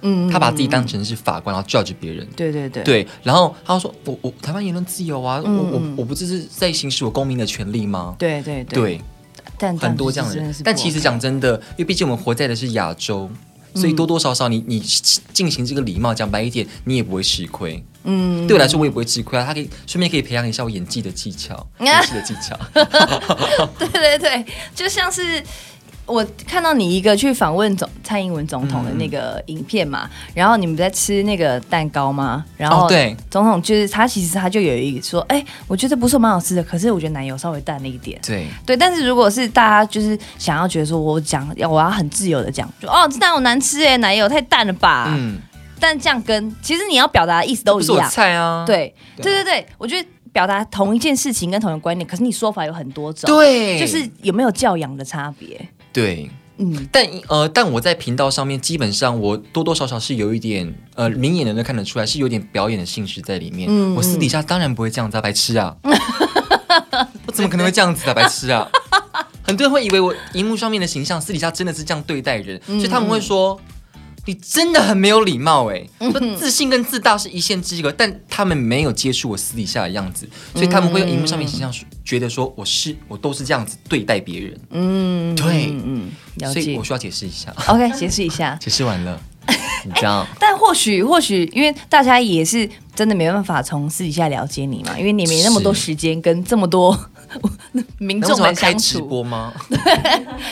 Speaker 2: 嗯
Speaker 1: 他把自己当成是法官，然后 judge 别人。
Speaker 2: 对对对，
Speaker 1: 对，然后他说：“我我台湾言论自由啊，我
Speaker 2: 嗯
Speaker 1: 我
Speaker 2: 嗯
Speaker 1: 我不就是在行使我公民的权利吗？”
Speaker 2: 对对对，
Speaker 1: 对，
Speaker 2: 但
Speaker 1: 很多这样的人。但其实讲真的，因为毕竟我们活在的是亚洲，
Speaker 2: 嗯
Speaker 1: 所以多多少少你你进行这个礼貌，讲白一点，你也不会吃亏。
Speaker 2: 嗯，
Speaker 1: 对我来说，我也不会吃亏啊。他可以顺便可以培养一下我演技的技 巧，演戏的技巧。
Speaker 2: 对对对，就像是。我看到你一个去访问总蔡英文总
Speaker 1: 嗯
Speaker 2: 统的那个影片嘛，然后你们在吃那个蛋糕吗？然
Speaker 1: 哦
Speaker 2: 后
Speaker 1: 对
Speaker 2: 总统就是他，其实他就有一说，哎、我觉得不错，蛮好吃的，可是我觉得奶油稍微淡了一点。
Speaker 1: 对，
Speaker 2: 对，但是如果是大家就是想要觉得说我讲要我要很自由的讲，就哦这奶油难吃哎、奶油太淡了吧。
Speaker 1: 嗯，
Speaker 2: 但这样跟其实你要表达的意思都
Speaker 1: 不
Speaker 2: 一
Speaker 1: 是我
Speaker 2: 样，
Speaker 1: 菜啊。
Speaker 2: 对，
Speaker 1: 对
Speaker 2: 对对对，我觉得表达同一件事情跟同一个观点，可是你说法有很多种，，
Speaker 1: 对，
Speaker 2: 就是有没有教养的差 别。
Speaker 1: 对。
Speaker 2: 嗯，
Speaker 1: 但呃，但我在频道上面，基本上我多多少少是有一点呃，明眼人都看得出来是有点表演的性质在里面。
Speaker 2: 嗯
Speaker 1: 我私底下当然不会这样子啊，白痴啊！我怎么可能会这样子啊，白痴 啊！很多人会以为我荧幕上面的形象，私底下真的是这样对待人，
Speaker 2: 嗯
Speaker 1: 所以他们会说。你真的很没有礼貌哎、说
Speaker 2: 嗯
Speaker 1: 自信跟自大是一线之隔，但他们没有接触我私底下的样子，
Speaker 2: 嗯
Speaker 1: 所以他们会用荧幕上面形象说觉得说我是我都是这样子对待别人，嗯，对，
Speaker 2: 嗯，了
Speaker 1: 所以
Speaker 2: 解
Speaker 1: 我。需要解释一下。
Speaker 2: OK，解释一下。
Speaker 1: 解释完 了，你知道？
Speaker 2: 但或许或许，因为大家也是真的没办法从私底下了解你嘛，因为你没那么多
Speaker 1: 是
Speaker 2: 时间跟这么多 民
Speaker 1: 那为
Speaker 2: 众
Speaker 1: 什么要
Speaker 2: 们
Speaker 1: 开
Speaker 2: 相
Speaker 1: 直
Speaker 2: 处。
Speaker 1: 播吗？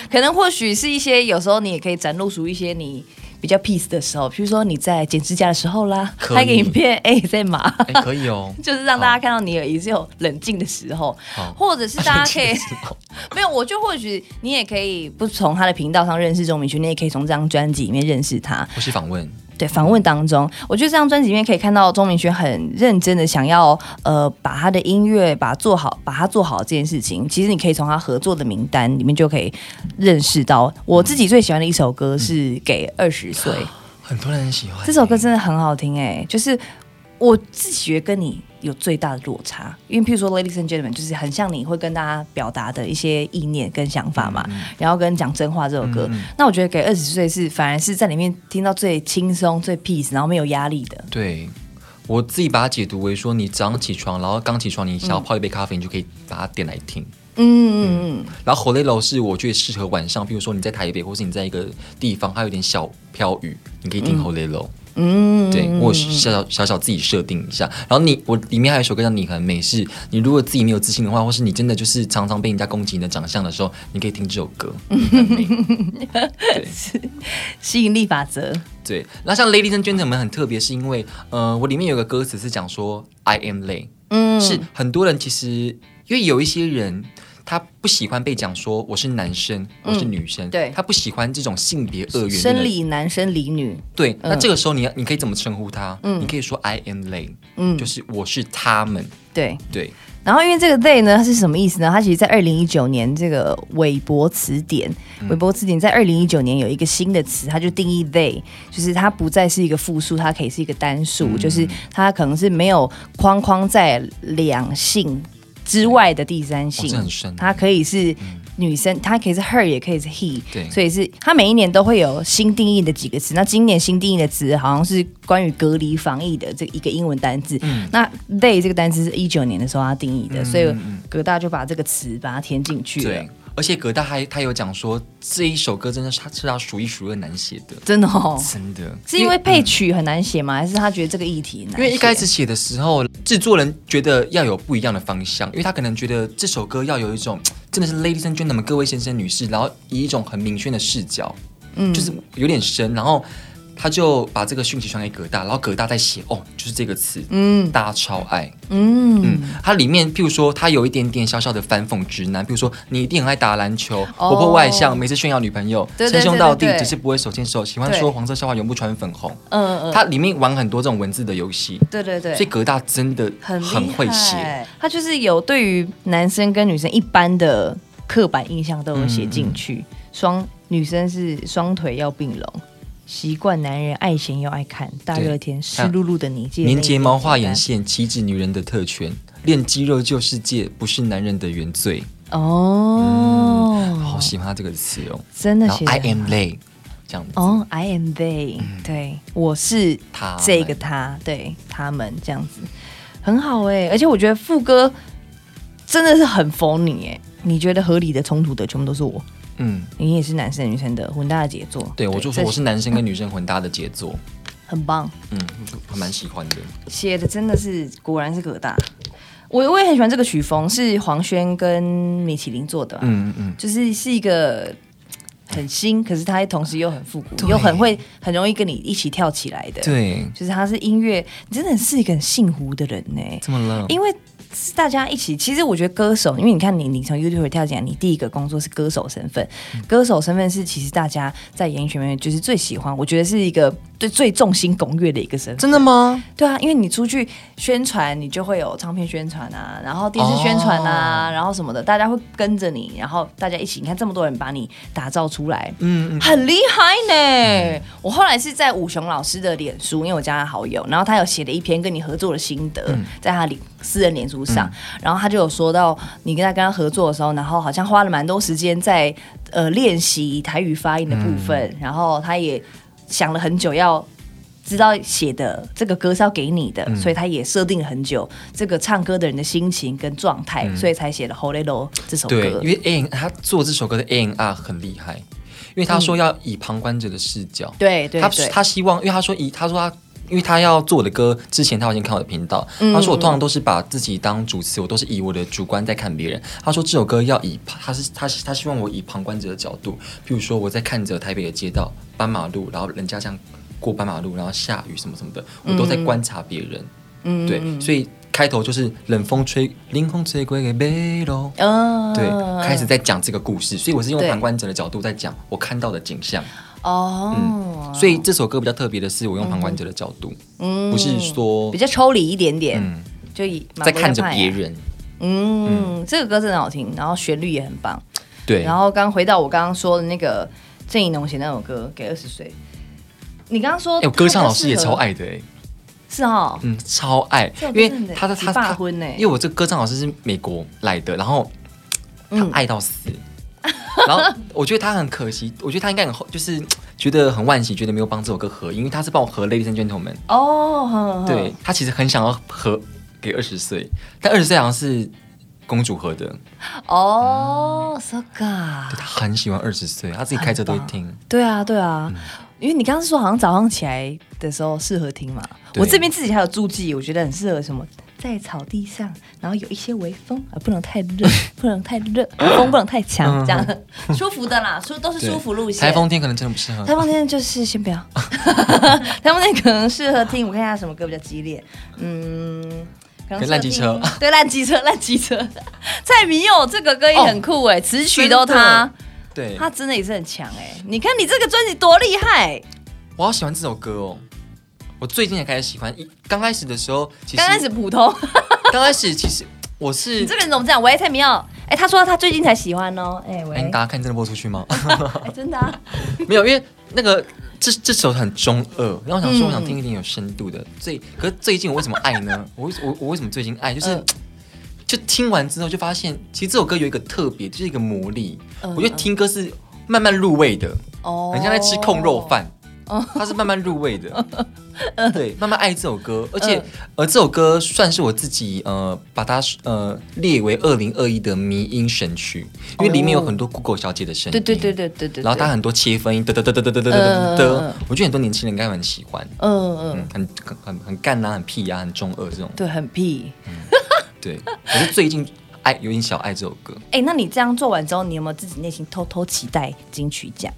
Speaker 2: 可能或许是一些有时候你也可以展露出一些你比较 peace 的时候，比如说你在剪指甲的时候啦，
Speaker 1: 可
Speaker 2: 拍个
Speaker 1: 以
Speaker 2: 影片， 哎、在麻。。
Speaker 1: 哎、可以哦
Speaker 2: 就是让大家看到你也是有冷静的时候
Speaker 1: 好，
Speaker 2: 或者是大家可以 没有，我就或许你也可以不从他的频道上认识钟明轩，你也可以从这张专辑里面认识他。
Speaker 1: 不是访问，
Speaker 2: 对，访问当中，我觉得这张专辑里面可以看到钟明轩很认真的想要呃把他的音乐把它做好，把它做好这件事情。其实你可以从他合作的名单里面就可以认识到，我自己最喜欢的一首歌是《给二十岁》。
Speaker 1: 啊很多人很喜欢
Speaker 2: 这首歌真的很好听哎、就是我自己觉得跟你有最大的落差，因为譬如说《Ladies and Gentlemen》就是很像你会跟大家表达的一些意念跟想法嘛，然后跟讲真话这首歌，
Speaker 1: 嗯嗯嗯
Speaker 2: 那我觉得给二十岁是反而是在里面听到最轻松、最 peace，然后没有压力的。
Speaker 1: 对。我自己把它解读为说，你早上起床，然后刚起床，你想要泡一杯咖啡，你就可以把它点来听。
Speaker 2: 嗯嗯嗯，
Speaker 1: 然后 h o l e l o 是我觉得适合晚上，比如说你在台北，或是你在一个地方，它有点小飘雨，你可以听 h o l e l o
Speaker 2: 嗯，
Speaker 1: 对我有小小小小自己设定一下。然后你我里面还有一首歌叫《你很美》，是你如果自己没有自信的话，或是你真的就是常常被人家攻击你的长相的时候，你可以听这首歌。你很美对
Speaker 2: 吸引力法则。
Speaker 1: 对，那像《Ladies and Gentlemen》很特别，是因为呃，我里面有个歌词是讲说 “I am late”，
Speaker 2: 嗯，
Speaker 1: 是很多人其实因为有一些人。他不喜欢被讲说我是男生，我是女生，
Speaker 2: 嗯对
Speaker 1: 他不喜欢这种性别二元论的
Speaker 2: 生理嗯男生理女，
Speaker 1: 对，那这个时候你要，你可以怎么称呼他？你可以说 I am they，
Speaker 2: 嗯
Speaker 1: 就是我是他们。
Speaker 2: 对。
Speaker 1: 对，
Speaker 2: 然后因为这个 day 呢，它是什么意思呢？它其实在二零一九年这个韦伯词典，
Speaker 1: 嗯
Speaker 2: 韦伯词典在二零一九年有一个新的词，它就定义 they，就是它不再是一个复数，它可以是一个单数，
Speaker 1: 嗯
Speaker 2: 就是它可能是没有框框在两性。之外的第三性，
Speaker 1: 哇哦这很深啊
Speaker 2: 它可以是女生，它可以是 her，也可以是 he，
Speaker 1: 嗯对
Speaker 2: 所以是它每一年都会有新定义的几个词。那今年新定义的词好像是关于隔离防疫的这一个英文单字，
Speaker 1: 嗯
Speaker 2: 那 they 这个单词是一九年的时候他定义的，所以葛大就把这个词把它填进去了
Speaker 1: 对。，而且葛大还他有讲说，这一首歌真的是他是他数一数二难写的，
Speaker 2: 真的哦，
Speaker 1: 真的。
Speaker 2: 是因为配曲很难写吗？还是他觉得这个议题难
Speaker 1: 嗯
Speaker 2: 写？
Speaker 1: 因为一开始写的时候，制作人觉得要有不一样的方向，因为他可能觉得这首歌要有一种真的是 ladies and gentlemen 各位先生女士，然后以一种很明确的视角，嗯，就是有点深，然后他就把这个讯息传给葛大，然后葛大在写哦，就是这个词，嗯，大家超爱，嗯，它里面譬如说，它有一点点小小的反讽直男，譬如说你一定很爱打篮球，
Speaker 2: 哦
Speaker 1: 活泼外向，每次炫耀女朋友，
Speaker 2: 对对
Speaker 1: 称兄道弟
Speaker 2: 对对，对
Speaker 1: 只是不会手牵手，喜欢
Speaker 2: 对
Speaker 1: 说黄色笑话，永不穿粉红。
Speaker 2: 嗯嗯，
Speaker 1: 它里面玩很多这种文字的游戏，
Speaker 2: 对对对，
Speaker 1: 所以葛大真的
Speaker 2: 很厉
Speaker 1: 很会写。
Speaker 2: 害，他就是有对于男生跟女生一般的刻板印象都有写进去，
Speaker 1: 嗯
Speaker 2: 双女生是双腿要并拢。习惯男人爱闲又爱看，大热天湿漉漉的你，记得那
Speaker 1: 连
Speaker 2: 一
Speaker 1: 睫
Speaker 2: 点
Speaker 1: 毛画眼
Speaker 2: 简单
Speaker 1: 线，岂止女人的特权？练肌肉救世界，不是男人的原罪。
Speaker 2: 嗯哦，
Speaker 1: 嗯好喜欢他这个词哦。
Speaker 2: 真的
Speaker 1: 然后
Speaker 2: 写得
Speaker 1: I
Speaker 2: 很
Speaker 1: am they 这样子。
Speaker 2: 哦，I am they，、对，我是
Speaker 1: 他
Speaker 2: 这个他，对他们这样子，很好哎、而且我觉得副歌真的是很否你哎、你觉得合理的冲突的全部都是我，
Speaker 1: 嗯，
Speaker 2: 你也是男生女生的混搭的杰作，
Speaker 1: 对，我就说
Speaker 2: 这
Speaker 1: 我是男生跟女生混搭的杰作。
Speaker 2: 很棒，
Speaker 1: 嗯，我还蛮喜欢的。
Speaker 2: 写的真的是果然是葛大，我我也很喜欢这个曲风，是黄轩跟米其林做的、嗯，
Speaker 1: 嗯嗯
Speaker 2: 就是是一个。很新，可是它同时又很复古，
Speaker 1: 对
Speaker 2: 又很会，很容易跟你一起跳起来的。
Speaker 1: 嗯，对，
Speaker 2: 就是他是音乐，你真的是一个很幸福的人呢、
Speaker 1: 怎么了？
Speaker 2: 因为是大家一起，其实我觉得歌手，因为你看你，你从 YouTube 跳进来，你第一个工作是歌手身份，歌手身份是其实大家在演艺圈里面就是最喜欢，我觉得是一个最最众星拱月的一个身份。
Speaker 1: 真的吗？
Speaker 2: 对啊，因为你出去宣传，你就会有唱片宣传啊，然后电视宣传啊，然后什么的，大家会跟着你，然后大家一起，你看这么多人把你打造出来，
Speaker 1: 嗯嗯，嗯
Speaker 2: 很厉害呢。我后来是在武雄老师的脸书，因为我加他好友，然后他有写了一篇跟你合作的心得，
Speaker 1: 嗯
Speaker 2: 在他脸私人脸书上，然后他就有说到你跟他跟他合作的时候，然后好像花了蛮多时间在呃练习台语发音的部分，
Speaker 1: 嗯
Speaker 2: 然后他也想了很久要。知道写的这个歌是要给你的，
Speaker 1: 嗯
Speaker 2: 所以他也设定了很久这个唱歌的人的心情跟状态，所以才写了《h o l e l o 这首歌。
Speaker 1: 嗯对，因为 A N 他做这首歌的 A N R 很厉害，因为他
Speaker 2: 嗯
Speaker 1: 说要以旁观者的视角，
Speaker 2: 对对
Speaker 1: 他
Speaker 2: 对，
Speaker 1: 他希望，因为他说以他说他。因为他要做我的歌之前，他已经看我的频道。
Speaker 2: 嗯
Speaker 1: 他说我通常都是把自己当主持，我都是以我的主观在看别人。他说这首歌要以他是他是他希望我以旁观者的角度，譬如说我在看着台北的街道、斑马路，然后人家这样过斑马路，然后下雨什么什么的，我都在观察别人。
Speaker 2: 嗯
Speaker 1: 对，所以开头就是冷风吹，凌空吹过一个背篓。
Speaker 2: 嗯
Speaker 1: 对，开始在讲这个故事，所以我是用
Speaker 2: 对
Speaker 1: 旁观者的角度在讲我看到的景象。
Speaker 2: 哦，
Speaker 1: 所以这首歌比较特别的是，我用旁观者的角度，
Speaker 2: 嗯
Speaker 1: 不是说
Speaker 2: 比较抽离一点点，
Speaker 1: 嗯
Speaker 2: 就以
Speaker 1: 在看着别。人。
Speaker 2: 啊嗯，这个歌真的好听，然后旋律也很棒。
Speaker 1: 对，
Speaker 2: 然后刚回到我刚刚说的那个郑怡农写那首歌《给二十岁》，你刚刚说
Speaker 1: 哎、我歌唱老师也
Speaker 2: 他比
Speaker 1: 超
Speaker 2: 较适合，
Speaker 1: 爱的哎、
Speaker 2: 是哦，
Speaker 1: 嗯，超爱
Speaker 2: 这，
Speaker 1: 因
Speaker 2: 种真
Speaker 1: 为
Speaker 2: 的
Speaker 1: 他的
Speaker 2: 几
Speaker 1: 他
Speaker 2: 把
Speaker 1: 他，
Speaker 2: 婚呢欸
Speaker 1: 因为我这歌唱老师是美国来的，然后他
Speaker 2: 嗯
Speaker 1: 爱到死。然后我觉得他很可惜，我觉得他应该很后，就是觉得很惋惜，觉得没有帮这首歌合音，因为他是帮我合《Ladies and Gentlemen》，
Speaker 2: 哦，呵呵
Speaker 1: 对他其实很想要合给二十岁，但二十岁好像是公主合的，
Speaker 2: 哦，so god，
Speaker 1: 他很喜欢二十岁，他自己开车都会听。
Speaker 2: 对啊，对啊。
Speaker 1: 嗯
Speaker 2: 因为你刚刚是说好像早上起来的时候适合听嘛，
Speaker 1: 对
Speaker 2: 我这边自己还有注记，我觉得很适合什么，在草地上，然后有一些微风啊，不能太 热，不能太热，风不能太强，这样舒服的啦，舒都
Speaker 1: 嗯
Speaker 2: 是
Speaker 1: 对
Speaker 2: 舒服路线。
Speaker 1: 台风天可能真的不适合。
Speaker 2: 台风天就是 先不要，台风天可能适合听，我看一下什么歌比较激烈，嗯，可能适合
Speaker 1: 烂机车
Speaker 2: 听，对，烂机车，烂机车，蔡明佑这个歌也很酷
Speaker 1: 哦
Speaker 2: 哎，词曲都他。
Speaker 1: 对，
Speaker 2: 他真的也是很强哎、你看你这个专辑多厉害！
Speaker 1: 我好喜欢这首歌哦。我最近才开始喜欢，一刚开始的时候，其实
Speaker 2: 刚开始普通，
Speaker 1: 刚开始其实我是
Speaker 2: 你这，个人怎么这样？喂，蔡明耀，哎、他说他最近才喜欢哦，哎、喂，
Speaker 1: 哎，大家看真的播出去吗？
Speaker 2: 哎真的啊，
Speaker 1: 没有，因为那个这这首很中二，然后我想说
Speaker 2: 嗯
Speaker 1: 我想听一点有深度的。最可是最近我为什么爱呢？ 我为我我为什么最近爱？就是、
Speaker 2: 嗯
Speaker 1: 就听完之后就发现，其实这首歌有一个特别，就是一个魔力。
Speaker 2: 嗯
Speaker 1: 我觉得听歌是慢慢入味的。
Speaker 2: 哦
Speaker 1: 很像在吃控肉，饭，它是慢慢入味的，对，慢慢爱这首歌，而且、呃，这首歌算是我自己呃把它呃列为二零二一的迷音神曲，因为里面有很多 Google 小姐的声音，
Speaker 2: 哦对对对对对对，
Speaker 1: 然后它
Speaker 2: 对，
Speaker 1: 很多切分音，得得得得得得得得得得，我觉得很多年轻人应该很喜欢，
Speaker 2: 嗯嗯，
Speaker 1: 嗯，很很很很干啊，很屁啊，很中二这种，
Speaker 2: 对，很屁。
Speaker 1: 对，我是最近爱有点小爱这首歌，
Speaker 2: 哎、那你这样做完之后，你有没有自己内心偷偷期待金曲奖？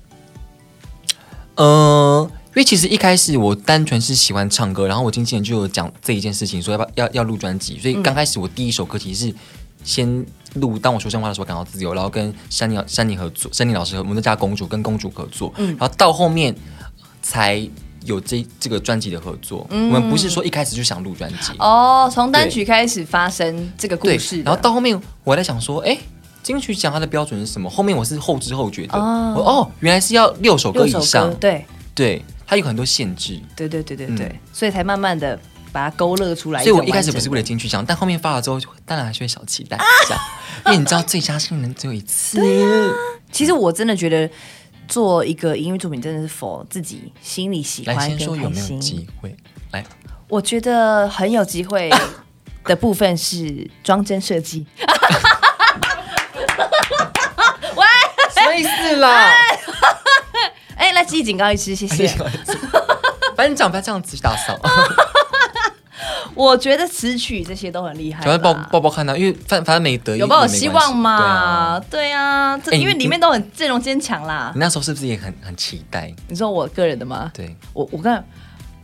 Speaker 1: 呃，因为其实一开始我单纯是喜欢唱歌，然后我经纪人就有讲这一件事情，说要不要要要录专辑，所以刚开始我第一首歌其实是先录《当我说真话的时候感到自由》，然后跟珊妮珊妮合作，珊妮老师和我们的家公主跟公主合作，
Speaker 2: 嗯
Speaker 1: 然后到后面才有这这个专辑的合作。我们不是说一开始就想录专辑，
Speaker 2: 哦，从单曲开始发生这个哦故
Speaker 1: 对
Speaker 2: 事，的，
Speaker 1: 然后到后面我还在想说，哎。金曲奖它的标准是什么？后面我是后知后觉的，
Speaker 2: 哦
Speaker 1: 我哦，原来是要六首歌
Speaker 2: 六
Speaker 1: 以
Speaker 2: 首
Speaker 1: 上
Speaker 2: 歌，，对
Speaker 1: 对，它有很多限制，
Speaker 2: 对对对对对，
Speaker 1: 嗯
Speaker 2: 所以才慢慢的把它勾勒出来。
Speaker 1: 所以我一开始不是为了
Speaker 2: 了，
Speaker 1: 金曲奖，但后面发了之后，就当然还是会小期待一下，因为你知道最佳新人只有一次。
Speaker 2: 其实我真的觉得做一个音乐作品真的是否自己心里喜
Speaker 1: 来，
Speaker 2: 欢
Speaker 1: 先
Speaker 2: 跟
Speaker 1: 说有
Speaker 2: 开
Speaker 1: 没有
Speaker 2: 心。
Speaker 1: 机会？ 来，
Speaker 2: 我觉得很有机 会的部分是装帧设计，
Speaker 1: 什么意思啦？
Speaker 2: 哎，来记警告一次，谢谢。
Speaker 1: 哎班长不要这样子打扫，
Speaker 2: 哦我觉得词曲这些都很厉害
Speaker 1: 赶快抱
Speaker 2: 吧。
Speaker 1: 抱抱看他，因为反反正没得意，
Speaker 2: 有抱有
Speaker 1: 也没
Speaker 2: 希
Speaker 1: 关系
Speaker 2: 望嘛？
Speaker 1: 对啊
Speaker 2: 对啊，这
Speaker 1: 哎你
Speaker 2: 因为里面都很阵容坚强啦
Speaker 1: 你。那时候是不是也很很期待？
Speaker 2: 你说我个人的吗？
Speaker 1: 对，
Speaker 2: 我我刚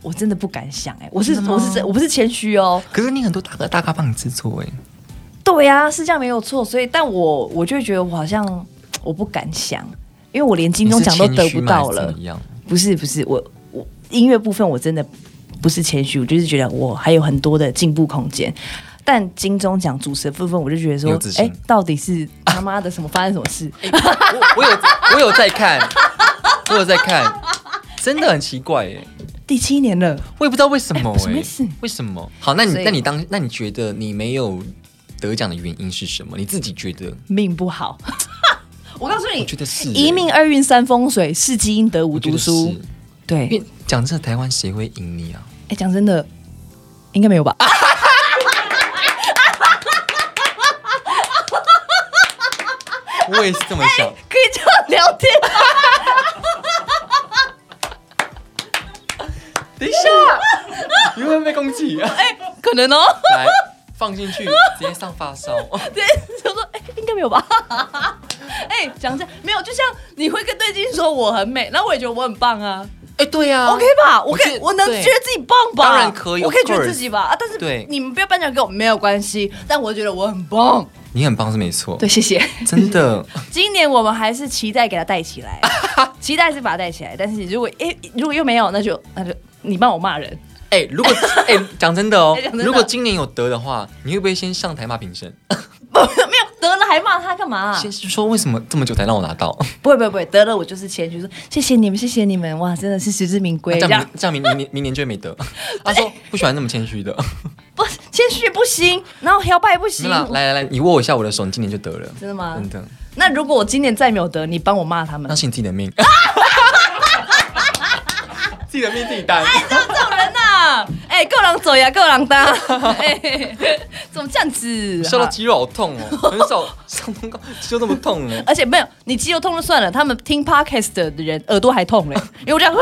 Speaker 2: 我真的不敢想哎，我是我是真我不是谦虚哦，
Speaker 1: 可是你很多大哥大咖帮你制作哎，
Speaker 2: 对呀、是这样没有错，所以但我我就会觉得我好像我不敢想，因为我连金
Speaker 1: 你
Speaker 2: 钟
Speaker 1: 是
Speaker 2: 奖都得
Speaker 1: 谦虚
Speaker 2: 不
Speaker 1: 吗
Speaker 2: 到
Speaker 1: 还是
Speaker 2: 了
Speaker 1: 怎么。样？
Speaker 2: 不是不是，我我音乐部分我真的不是谦虚，我就是觉得我还有很多的进步空间。但金钟奖主持的部分，我就觉得说
Speaker 1: 你有自，信
Speaker 2: 哎、到底是他妈的什么发生什么事？
Speaker 1: 我我有我有在看，我有在看，真的很奇怪哎，
Speaker 2: 第七年了，
Speaker 1: 我也不知道为什么
Speaker 2: 哎什么
Speaker 1: 哎
Speaker 2: 意思，
Speaker 1: 为什么？好，那你
Speaker 2: 所以
Speaker 1: 那你当那你觉得你没有得奖的原因是什么？你自己觉得？
Speaker 2: 命不好。我告诉
Speaker 1: 我
Speaker 2: 你
Speaker 1: 觉，得是哎
Speaker 2: 一命二运三风水，是积阴德，无
Speaker 1: 我觉
Speaker 2: 读
Speaker 1: 得
Speaker 2: 书
Speaker 1: 是。
Speaker 2: 对，
Speaker 1: 因为讲真的，台湾谁会赢你啊？
Speaker 2: 哎、讲真的，应该没有吧？
Speaker 1: 我也是这么想。
Speaker 2: 可以这样聊天吗？
Speaker 1: 等一下，你会不会被攻击？啊
Speaker 2: 可能哦。
Speaker 1: 来放进去，直接上发 烧。
Speaker 2: 对，就说哎、应该没有吧？ 哎、讲真，没有，就像你会跟对镜说我很美，那我也觉得我很棒啊。
Speaker 1: 哎，对呀
Speaker 2: OK 吧？我可以，
Speaker 1: 我
Speaker 2: 我
Speaker 1: 觉得
Speaker 2: 能
Speaker 1: 对
Speaker 2: 觉得自己棒吧？
Speaker 1: 当然可以
Speaker 2: 我可以
Speaker 1: of
Speaker 2: 觉得
Speaker 1: course
Speaker 2: 自己吧啊！但是
Speaker 1: 对
Speaker 2: 你们不要颁奖给我没有关系，但我觉得我很棒。
Speaker 1: 你很棒是没错，
Speaker 2: 对，谢谢。
Speaker 1: 真 的。
Speaker 2: 今年我们还是期待给他带起 来，期待是把他带起来，但是如果哎、如果又没有，那就那就你帮我骂人。
Speaker 1: 哎、如果哎讲、真的哦
Speaker 2: 哎讲真的
Speaker 1: 如果今年有得的话，你会不会先上台骂评审？
Speaker 2: 没有得了还骂他干嘛、
Speaker 1: 先说为什么这么久才让我拿到？
Speaker 2: 不会不会不会，得了我就是谦虚说谢谢你们，谢谢你们，哇，真的是实至名归。
Speaker 1: 啊这
Speaker 2: 这
Speaker 1: 样
Speaker 2: 样
Speaker 1: 明这样明明年明年就会没 得。他说不喜欢那么谦虚的。
Speaker 2: 不谦虚不行，然后摇摆不
Speaker 1: 没
Speaker 2: 行。
Speaker 1: 啦，来来来，你握我一下我的手，你今年就得了。
Speaker 2: 真的吗
Speaker 1: 真的，
Speaker 2: 那如果我今年再没有得，你帮我骂他们
Speaker 1: 那。是你自己的命。 自己的命自己 担。
Speaker 2: 这种人呐、哎、够狼走呀，够 狼当，哎、怎么这样子？
Speaker 1: 笑到
Speaker 2: 好
Speaker 1: 肌肉好痛 哦，很少上通告就这么痛哦。
Speaker 2: 而且没有你肌肉痛就算了，他们听 podcast 的人耳朵还痛嘞，因为我这样，哇，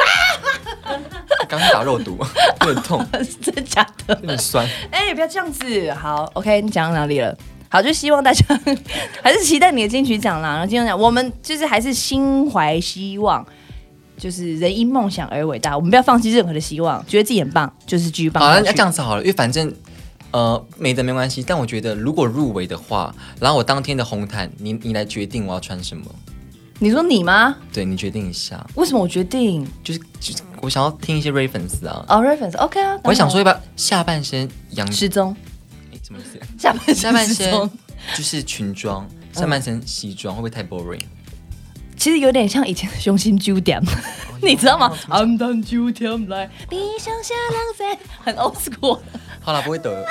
Speaker 1: 刚刚打肉毒，有点痛，
Speaker 2: 真的假的？
Speaker 1: 有点酸。
Speaker 2: 哎、不要这样子。好，OK，你讲到哪里了？好，就希望大家还是期待你的金曲奖啦。然后金曲奖，我们就是还是心怀希望，就是人因梦想而伟大。我们不要放弃任何的希望，觉得自己很棒，就是继续棒
Speaker 1: 好了，
Speaker 2: 下去。
Speaker 1: 那这样子好了，因为反正呃没得没关系，但我觉得如果入围的话，然后我当天的红毯，你你来决定我要穿什么，
Speaker 2: 你说你吗？
Speaker 1: 对你决定一下，
Speaker 2: 为什么我决定
Speaker 1: 就是就是我想要听一些 reference 啊，
Speaker 2: 哦、reference？OK、啊，
Speaker 1: 我想说要不要下半身洋
Speaker 2: 失踪，
Speaker 1: 诶什么意思？
Speaker 2: 下半身
Speaker 1: 下半
Speaker 2: 失
Speaker 1: 身
Speaker 2: 踪
Speaker 1: 就是裙装，上半身西装会不会太 boring？
Speaker 2: 其实有点像以前的雄心九
Speaker 1: 哦
Speaker 2: 点，
Speaker 1: 啊
Speaker 2: 你知道吗？I'm down 九点来，比上下浪在，很 old school。
Speaker 1: 好啦，不会得。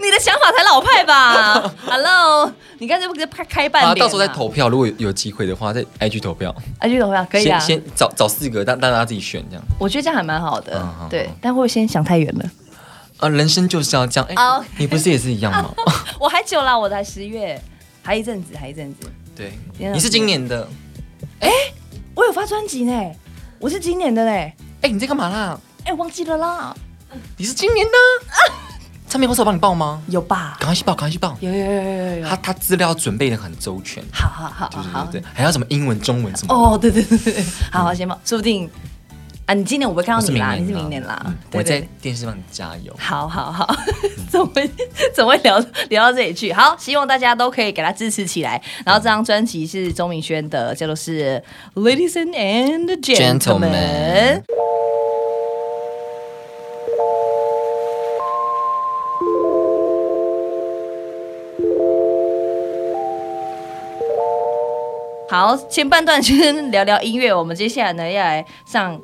Speaker 2: 你的想法才老 派吧？Hello，你干脆不直接开开半
Speaker 1: 好啦，
Speaker 2: 脸、
Speaker 1: 到时候再。投票，如果有有机会的话，再 IG 投票，
Speaker 2: 啊，去投票可以啊
Speaker 1: 先，先找找四个，让让大家自己选这样。
Speaker 2: 我觉得这样还蛮好的。
Speaker 1: 嗯好
Speaker 2: 对
Speaker 1: 好，
Speaker 2: 但会不会先想太远了？
Speaker 1: 啊，人生就是要这样。哎、
Speaker 2: 哦
Speaker 1: 你不是也是一样 吗？
Speaker 2: 我还久啦，我才十月，还一阵子，还一阵子。
Speaker 1: 对，
Speaker 2: 天啊
Speaker 1: 你是今年的。
Speaker 2: 我有发专辑呢，我是今年的嘞。
Speaker 1: 哎、你在干嘛啦？
Speaker 2: 哎，忘记了啦，
Speaker 1: 你是今年的？ 唱片公司有帮你报吗？
Speaker 2: 有吧？
Speaker 1: 赶快去报，赶快去报。
Speaker 2: 有有有有有有。
Speaker 1: 他他资料准备的很周全，
Speaker 2: 好好好
Speaker 1: 对
Speaker 2: 好好
Speaker 1: 对。对对，还要什么英文、中文什么。
Speaker 2: 哦，对对对对对，好好先吧，说不定啊，你今年我不会看
Speaker 1: 我
Speaker 2: 到
Speaker 1: 是
Speaker 2: 你
Speaker 1: 明
Speaker 2: 啦，
Speaker 1: 年，
Speaker 2: 你是明年啦
Speaker 1: 嗯。
Speaker 2: 对
Speaker 1: 我在
Speaker 2: 对对。
Speaker 1: 电视帮你加油。
Speaker 2: 好好好， 怎么会怎么会聊聊到这里去？好，希望大家都可以给他支持起来。然后这张专辑是钟明轩的，叫做是《Ladies and Gentlemen》。
Speaker 1: Gentlemen
Speaker 2: 好，前半段先聊聊音乐，我们接下来呢要来上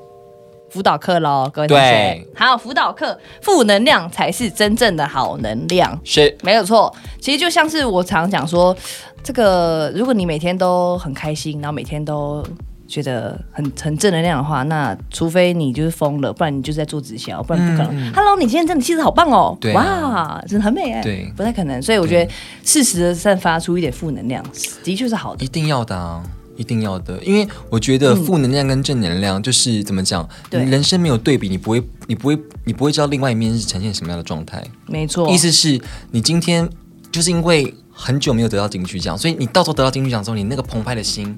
Speaker 2: 辅导课喽，各位同学
Speaker 1: 对。
Speaker 2: 好，辅导课，负能量才是真正的好能量。
Speaker 1: 是
Speaker 2: 没有错，其实就像是我常讲说，这个如果你每天都很开心，然后每天都觉得很很正能量的话，那除非你就是疯了，不然你就是在做直销，不然不可能。
Speaker 1: 嗯嗯
Speaker 2: Hello，你今天真的气质好棒哦，
Speaker 1: 对啊
Speaker 2: 哇，真的很美哎，
Speaker 1: 对
Speaker 2: 不太可能。所以我觉得适时的散发出一点负能量，的确是好的
Speaker 1: 一。定要的啊。一定要的，因为我觉得负能量跟正能量就是、怎么讲，你
Speaker 2: 嗯对
Speaker 1: 人生没有对比，你不会，你不会，你不会知道另外一面是呈现什么样的状态。
Speaker 2: 没错，
Speaker 1: 意思是你今天就是因为很久没有得到金曲奖，所以你到时候得到金曲奖之后，你那个澎湃的心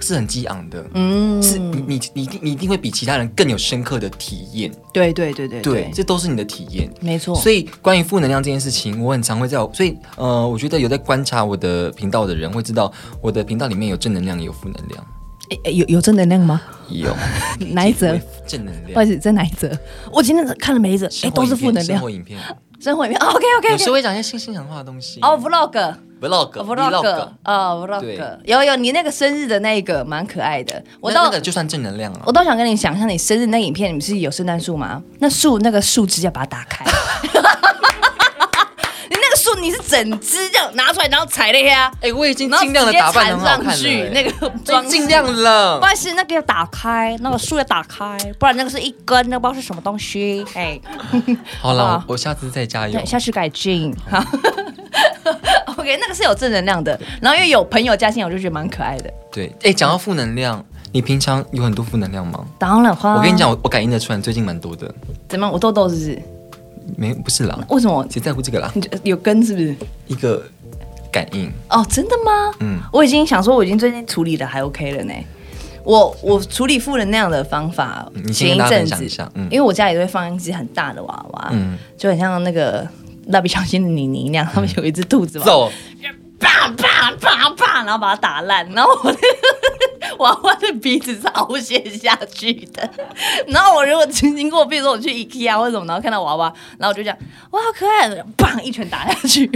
Speaker 1: 是很激昂的，嗯，是你你你一定你一定会比其他人更有深刻的体验，
Speaker 5: 对对对对
Speaker 1: 对，这都是你的体验。
Speaker 2: 没错，
Speaker 1: 所以关于负能量这件事情，我很常会在我，所以呃，我觉得有在观察我的频道的人会知道，我的频道里面有正能量，也有负能量，
Speaker 2: 诶诶有有正能量吗？
Speaker 1: 有
Speaker 2: 哪一则？
Speaker 1: 正能
Speaker 2: 不好
Speaker 1: 量，
Speaker 2: 意思，在哪一则？我今天看了每一则，哎，都是负能
Speaker 1: 生
Speaker 2: 量
Speaker 1: 活。影片，
Speaker 2: 生活里面，OK
Speaker 1: 有
Speaker 2: OK
Speaker 1: 时
Speaker 2: OK。
Speaker 1: 候会讲一些新心讲话的东西。
Speaker 2: 哦，vlog。哦
Speaker 1: ，vlog，vlog，
Speaker 2: 呃
Speaker 1: 对
Speaker 2: vlog 有有你那个生日的那一个蛮可爱的，我
Speaker 1: 那
Speaker 2: 倒
Speaker 1: 那个就算正能量啊
Speaker 2: 我。倒想跟你想象你生日那影片，你们是有圣诞树吗？那树那个树枝要把它打 开，你那个树你是整只这样拿出来，然后踩了一下，
Speaker 1: 哎、我已经
Speaker 2: 然后
Speaker 1: 尽量的打扮得很好看了、
Speaker 2: 直接缠上去那个
Speaker 1: 装
Speaker 2: 装饰
Speaker 1: 尽量了
Speaker 2: 不。好意思，那个要打开，那个树要打开，不然那个是一根，那个不知道是什么东西， 哎。
Speaker 1: 好
Speaker 2: 好
Speaker 1: 了
Speaker 2: 吧，
Speaker 1: 我下次再加油
Speaker 2: 对，。下次改进。好 ，OK，那个是有正能量的。然后因为有朋友加进来，我就觉得蛮可爱的。
Speaker 1: 对，哎、讲到负能量，你平常有很多负能量吗？
Speaker 2: 当然花，
Speaker 1: 我跟你讲，，我我感应得出来，最近蛮多的。
Speaker 2: 怎么样？我痘痘是不是？
Speaker 1: 没，不是啦，
Speaker 2: 为什么？
Speaker 1: 谁在乎这个啦？
Speaker 2: 你觉有根是不是？
Speaker 1: 一个感应，
Speaker 2: 哦，真的吗？
Speaker 1: 嗯
Speaker 2: 我已经想说，我已经最近处理的还 OK 了呢。我我处理负能量的方法
Speaker 1: 嗯，你先跟
Speaker 2: 前一
Speaker 1: 大家
Speaker 2: 阵
Speaker 1: 分享
Speaker 2: 子
Speaker 1: 一下，嗯
Speaker 2: 因为我家里都会放一只很大的娃娃，
Speaker 1: 嗯
Speaker 2: 就很像那个蜡笔小新的妮妮那样，他们有一只兔子嘛，
Speaker 1: 走，
Speaker 2: 啪啪啪啪，然后把它打烂，然后 我的娃娃的鼻子是凹陷下去的。然后我如果经经过，比如说我去 IKEA 或者什么，然后看到娃娃，然后我就讲哇好可爱，砰一拳打下 去，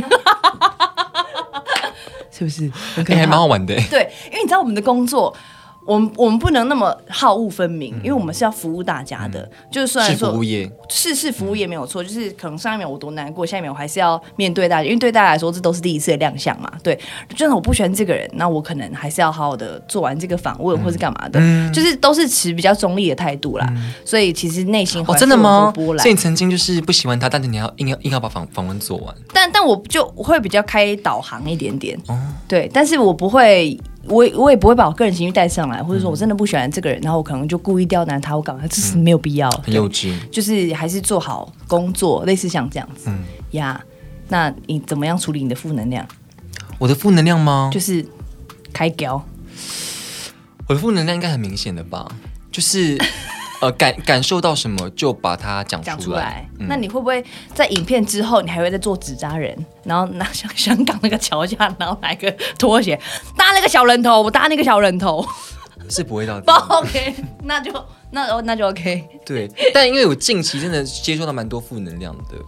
Speaker 2: 是不是？很可
Speaker 1: 哎、
Speaker 2: 怕
Speaker 1: 还蛮好玩的、
Speaker 2: 对，因为你知道我们的工作。我们我们不能那么好恶分明，因为我们是要服务大家的。嗯就是虽然
Speaker 1: 是
Speaker 2: 说
Speaker 1: 服务业，
Speaker 2: 是是服务业没有错，就是可能上一秒我多难过，下一秒我还是要面对大家，因为对大家来说这都是第一次的亮相嘛。对，就算我不喜欢这个人，那我可能还是要好好的做完这个访
Speaker 1: 嗯
Speaker 2: 问或是干嘛的，就是都是持比较中立的态度啦。所以其实内心
Speaker 1: 嗯哦，
Speaker 2: 会
Speaker 1: 真的
Speaker 2: 有
Speaker 1: 吗？
Speaker 2: 很多波
Speaker 1: 所
Speaker 2: 澜
Speaker 1: 以你曾经就是不喜欢他，但是你还要硬要硬要把访访问做完，
Speaker 2: 但但我就会比较开导航一点点，
Speaker 1: 哦
Speaker 2: 对，但是我不会，我也我也不会把我个人情绪带上来，或者
Speaker 1: 嗯
Speaker 2: 说我真的不喜欢这个人，然后我可能就故意刁难他，我搞他，这是没有必要，
Speaker 1: 很幼 稚。
Speaker 2: 就是还是做好工作，类似像这样子，
Speaker 1: 嗯
Speaker 2: 呀。那你怎么样处理你的负能量？
Speaker 1: 我的负能量吗？
Speaker 2: 就是开胶，
Speaker 1: 我的负能量应该很明显的吧，就是呃感感受到什么就把它讲
Speaker 2: 讲
Speaker 1: 出
Speaker 2: 出来
Speaker 1: 来。。嗯
Speaker 2: 那你会不会在影片之后，你还会再做纸扎人，然后拿像香港那个桥下，然后拿一个拖鞋搭那个小人头，我搭那个小人头
Speaker 1: 是不会到这
Speaker 2: 不
Speaker 1: 样
Speaker 2: ？OK，那就那哦那就 OK。
Speaker 1: 对，但因为我近期真的接受到蛮多负能量的，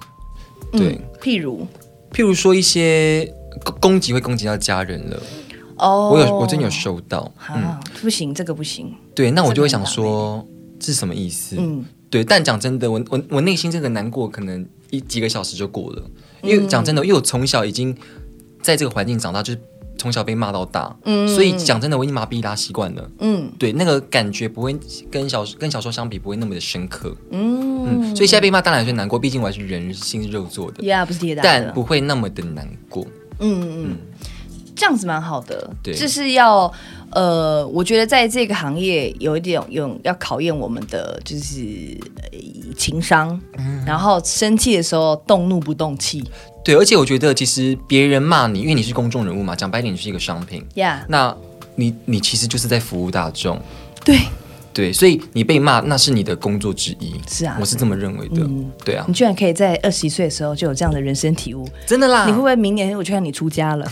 Speaker 1: 对，
Speaker 2: 嗯，譬如
Speaker 1: 譬如说一些攻攻击会攻击到家人了，
Speaker 2: 哦，
Speaker 1: 我有我真的有收到，嗯，
Speaker 2: 啊，不行，这个不行。
Speaker 1: 对，那我就会想
Speaker 2: 这个
Speaker 1: 说这是什么意思？
Speaker 2: 欸嗯，
Speaker 1: 对，但讲真的，我我我内心这个难过可能一几个小时就过了，因为讲真的，因为我从小已经在这个环境长大，就是从小被骂到大，
Speaker 2: 嗯
Speaker 1: 所以讲真的，我已经麻痹拉习惯了。
Speaker 2: 嗯
Speaker 1: 对，那个感觉不会跟小跟小时候相比不会那么的深刻，嗯，
Speaker 2: 嗯
Speaker 1: 所以现在被骂当然有些难过，毕竟我还是人，心是肉啊做的，
Speaker 2: ，Yeah，不是跌打
Speaker 1: 但
Speaker 2: 的，
Speaker 1: 不会那么的难过。
Speaker 2: 嗯嗯，这样子蛮好的，
Speaker 1: 对
Speaker 2: 就是要呃，我觉得在这个行业有一点有要考验我们的就是、呃情商，
Speaker 1: 嗯
Speaker 2: 然后生气的时候动怒不动气
Speaker 1: 对，而且我觉得其实别人骂你，因为你是公众人物嘛，讲白点，你是一个商品，
Speaker 2: ，Yeah，
Speaker 1: 那你你其实就是在服务大众，
Speaker 2: 对，
Speaker 1: 对，所以你被骂那是你的工作之一，
Speaker 2: 是啊嗯
Speaker 1: 我是这么认为的，对啊
Speaker 2: 你，居然可以在二十
Speaker 1: 啊
Speaker 2: 岁的时候就有这样的人生体悟，
Speaker 1: 真的啦，
Speaker 2: 你会不会明年我就看你出家了？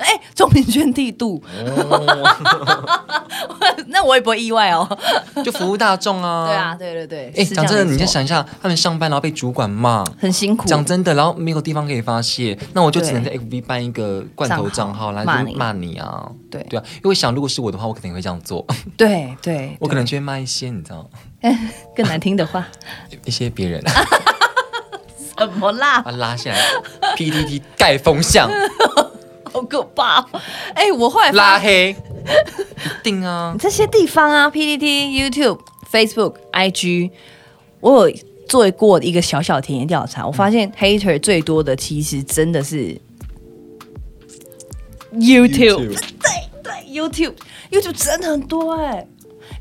Speaker 2: 哎、终钟明轩剃度，
Speaker 1: 哦
Speaker 4: 那我也不会意外哦。
Speaker 1: 就服务大众啊。
Speaker 2: 对啊，。对对对，
Speaker 1: 哎，
Speaker 2: 是这
Speaker 1: 讲
Speaker 2: 样
Speaker 1: 真的，
Speaker 2: 没
Speaker 1: 你先
Speaker 2: 错
Speaker 1: 想一下，他们上班然后被主管骂，
Speaker 2: 很辛苦，
Speaker 1: 讲真的，然后没有地方可以发泄，那我就只能在
Speaker 2: 对
Speaker 1: FB 办一个罐头账号来
Speaker 2: 账号骂
Speaker 1: 就
Speaker 2: 你
Speaker 1: 骂你啊。
Speaker 2: 对
Speaker 1: 对啊，因为想如果是我的话，我肯定会这样 做，
Speaker 2: 对对，
Speaker 1: 我可
Speaker 2: 对
Speaker 1: 能就会骂一些你知道
Speaker 2: 更难听 的话，啊
Speaker 1: 一些别人
Speaker 4: 怎么啦？
Speaker 1: 把他拉下来，PTT 盖风 向
Speaker 4: 好可怕哦！
Speaker 2: 哎、我后来发
Speaker 1: 拉 黑，一定啊，
Speaker 2: 这些地方啊，PPT、YouTube、Facebook、IG，我有做过一个小小田野调
Speaker 1: 嗯
Speaker 2: 查，我发现 hater 最多的其实真的是 YouTube，对 YouTube，YouTube 真的很多哎、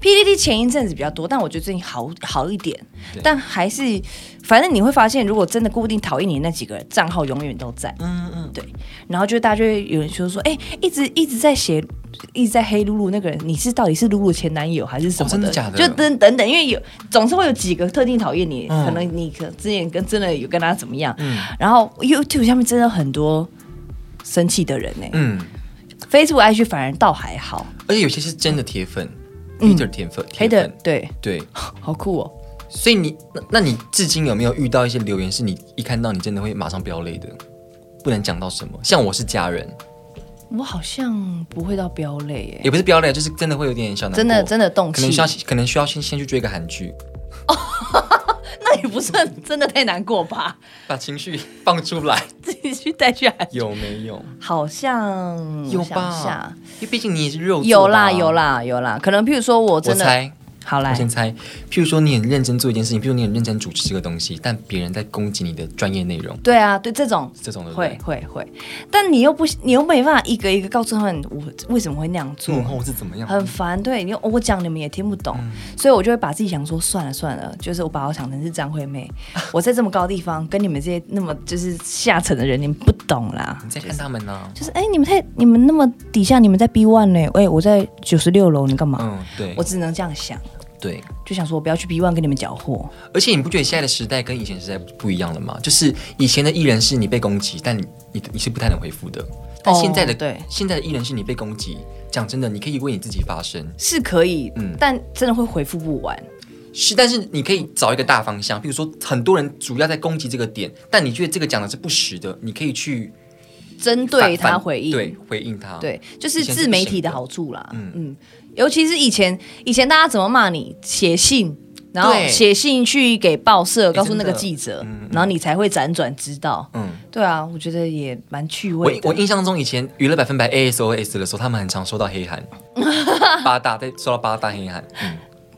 Speaker 2: PPT 前一阵子比较多，但我觉得最近好好一点
Speaker 1: 对，
Speaker 2: 但还是反正你会发现，如果真的固定讨厌你那几个账号，永远都在。
Speaker 1: 嗯嗯，
Speaker 2: 对，然后就大家就会有人说说，哎、一直一直在写，一直在黑露露那个人，你是到底是露露前男友还是什么
Speaker 1: 哦真的假的
Speaker 2: 就等等等，因为有总是会有几个特定讨厌你，
Speaker 1: 嗯
Speaker 2: 可能你可之前跟真的有跟他怎么样，
Speaker 1: 嗯
Speaker 2: 然后 YouTube 下面真的很多生气的人呢、
Speaker 1: 嗯，
Speaker 2: f a c e b o o k IG 反而倒还好，
Speaker 1: 而且有些是真的铁粉，Peter 铁粉，
Speaker 2: 嗯黑
Speaker 1: 铁
Speaker 2: 的
Speaker 1: 粉，
Speaker 2: 对，
Speaker 1: 对，
Speaker 2: 好酷哦。
Speaker 1: 所以你那那你至今有没有遇到一些留言是你一看到你真的会马上飙泪的？不能讲到什么，像我是家人，
Speaker 2: 我好像不会到飙泪耶，
Speaker 1: 也不是飙泪，啊就是真的会有点小难过，
Speaker 2: 真的真的动
Speaker 1: 可能
Speaker 2: 气
Speaker 1: 需，要可能需要先先去追个韩剧，
Speaker 2: 那也不算真的太难过吧？
Speaker 1: 把情绪放出来，
Speaker 2: 自己去带去还
Speaker 1: 有没有？
Speaker 2: 好
Speaker 1: 有
Speaker 2: 像嗯我想一
Speaker 1: 吧
Speaker 2: 下？
Speaker 1: 因为毕竟你也是肉做的啊
Speaker 2: 有啦有。啦有啦，可能譬如说我
Speaker 1: 我
Speaker 2: 真的
Speaker 1: 猜，
Speaker 2: 好
Speaker 1: 我
Speaker 2: 来
Speaker 1: 先猜。譬如说，你很认真做一件事情，譬如你很认真主持这个东西，但别人在攻击你的专业内容，
Speaker 2: 对啊，对这种
Speaker 1: 这种的
Speaker 2: 会会会，但你又不你又没办法一个一个告诉他们我为什么会那样做
Speaker 1: 幕，后是怎么样？
Speaker 2: 很烦。对你哦我讲你们也听不懂，
Speaker 1: 嗯
Speaker 2: 所以我就会把自己想说算了算了，就是我把我想成是张 惠妹，我在这么高的地方跟你们这些那么就是下层的人，你们不懂啦。
Speaker 1: 你在看他们呢？
Speaker 2: 就是哎、你们太你们那么底下，你们在 B one 呢？哎、我在九十六楼，你干嘛？
Speaker 1: 嗯，对
Speaker 2: 我，只能这样想，
Speaker 1: 对。
Speaker 2: 就想说我不要去 B one 跟你们搅和。
Speaker 1: 而且你不觉得现在的时代跟以前时代不一样了吗？就是以前的艺人是你被攻击，但你你你是不太能回复的。但现在的、
Speaker 2: 哦对
Speaker 1: 现在的艺人是你被攻击，讲真的，你可以为你自己发声，
Speaker 2: 是可以，
Speaker 1: 嗯
Speaker 2: 但真的会回复不完。
Speaker 1: 是，但是你可以找一个大方向，比如说很多人主要在攻击这个点，但你觉得这个讲的是不实的，你可以去反
Speaker 2: 针对他
Speaker 1: 反
Speaker 2: 回应，
Speaker 1: 对回应他，
Speaker 2: 对，就是
Speaker 1: 以前是
Speaker 2: 自
Speaker 1: 不
Speaker 2: 媒
Speaker 1: 行
Speaker 2: 体的
Speaker 1: 的
Speaker 2: 好处啦。
Speaker 1: 嗯
Speaker 2: 嗯尤其是以前，以前大家怎么骂你，写信，然后
Speaker 1: 对哎
Speaker 2: 写信去给报社，告诉
Speaker 1: 真
Speaker 2: 那个
Speaker 1: 的
Speaker 2: 记者，
Speaker 1: 嗯嗯
Speaker 2: 然后你才会辗转知道。
Speaker 1: 嗯。
Speaker 2: 对啊，我觉得也蛮趣
Speaker 1: 我
Speaker 2: 味的。
Speaker 1: 我印象中以前娱乐百分百 ASOS 的时候，他们很常收到黑函，八大在收到八大黑函，嗯，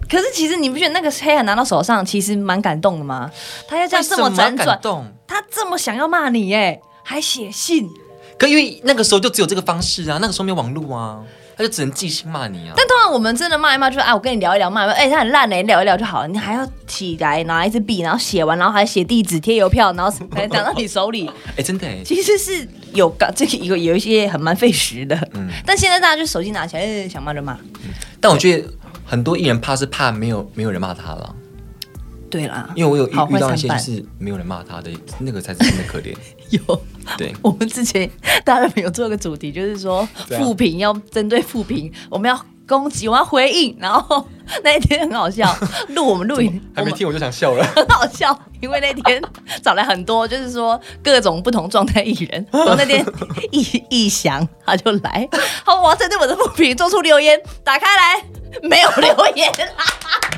Speaker 2: 可是其实你不觉得那个黑海拿到手上，其实蛮感动的吗？他要这样这
Speaker 1: 为
Speaker 2: 么
Speaker 1: 什要
Speaker 2: 辗转
Speaker 1: 感，动，
Speaker 2: 他这么想要骂你耶，还写信。
Speaker 1: 可因为那个时候就只有这个方式啊，那个时候没有网络啊，他就只能即兴骂你啊。
Speaker 2: 但通常我们真的骂一骂，就是啊，我跟你聊一聊，骂一骂，哎、他很烂哎、你聊一聊就好了。你还要起来拿一支笔，然后写完，然后还写地址、贴邮票，然后什么 才拿到你手里，
Speaker 1: 哎、真的哎、
Speaker 2: 其实是有搞这个有有一些很蛮费时的。
Speaker 1: 嗯
Speaker 2: 但现在大家就手机拿起来，哎想骂就骂。
Speaker 1: 但我觉得很多艺人怕是怕没有没有人骂他了，
Speaker 2: 对啦，
Speaker 1: 因为我有
Speaker 2: 好
Speaker 1: 遇
Speaker 2: 坏
Speaker 1: 遇到一些就
Speaker 2: 参半
Speaker 1: 是没有人骂他的，那个才是真的 可怜。
Speaker 2: 有。
Speaker 1: 对，
Speaker 2: 我们之前大人们有做一个主题，就是说
Speaker 1: 对啊
Speaker 2: 复评要针对复评，我们要攻击，我们要回应。然后 那一天很好笑，录我们录影，我们
Speaker 1: 我就想笑了。
Speaker 2: 很好笑，因为那天找来很多，就是说各种不同状态艺人。然后那天易易翔他就来，他说我要针对我的不平做出留言，打开来没有留言啦，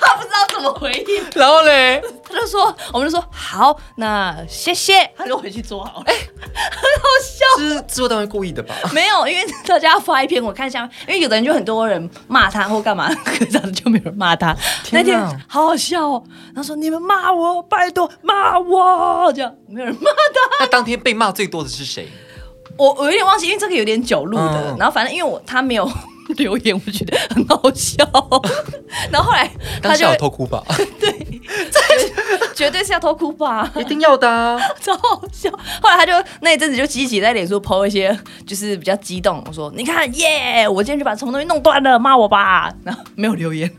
Speaker 2: 他不知道怎么回应，
Speaker 1: 然后嘞，
Speaker 2: 他就说，我们就说好，那谢谢，他就回去做好了，哎、很 好笑。
Speaker 1: 是制作单位故意的 吧？
Speaker 2: 没有，因为大家发一篇，我看一下，因为有的人就很多人骂他或干嘛， 可是就没有人骂他。
Speaker 1: 天
Speaker 2: 那天
Speaker 1: 哪
Speaker 2: 好好笑哦，他说你们骂我，拜托骂我，这样没有人骂他。
Speaker 1: 那当天被骂最多的是谁？
Speaker 2: 我我有点忘记，因为这个有点久录的，
Speaker 1: 嗯
Speaker 2: 然后反正因为我他没有 留言，我觉得很好笑。哦 然后后来
Speaker 1: 当
Speaker 2: 他就
Speaker 1: 下有
Speaker 2: 会
Speaker 1: 偷哭吧？
Speaker 2: 绝对是要偷哭吧。
Speaker 1: 一定要的、啊。
Speaker 2: 超好笑。后来他就那一阵子就积极在脸书 po 一些，就是 比较激动，我说你看耶，我今天就把什么东西弄断了，骂我吧。然后没有留言，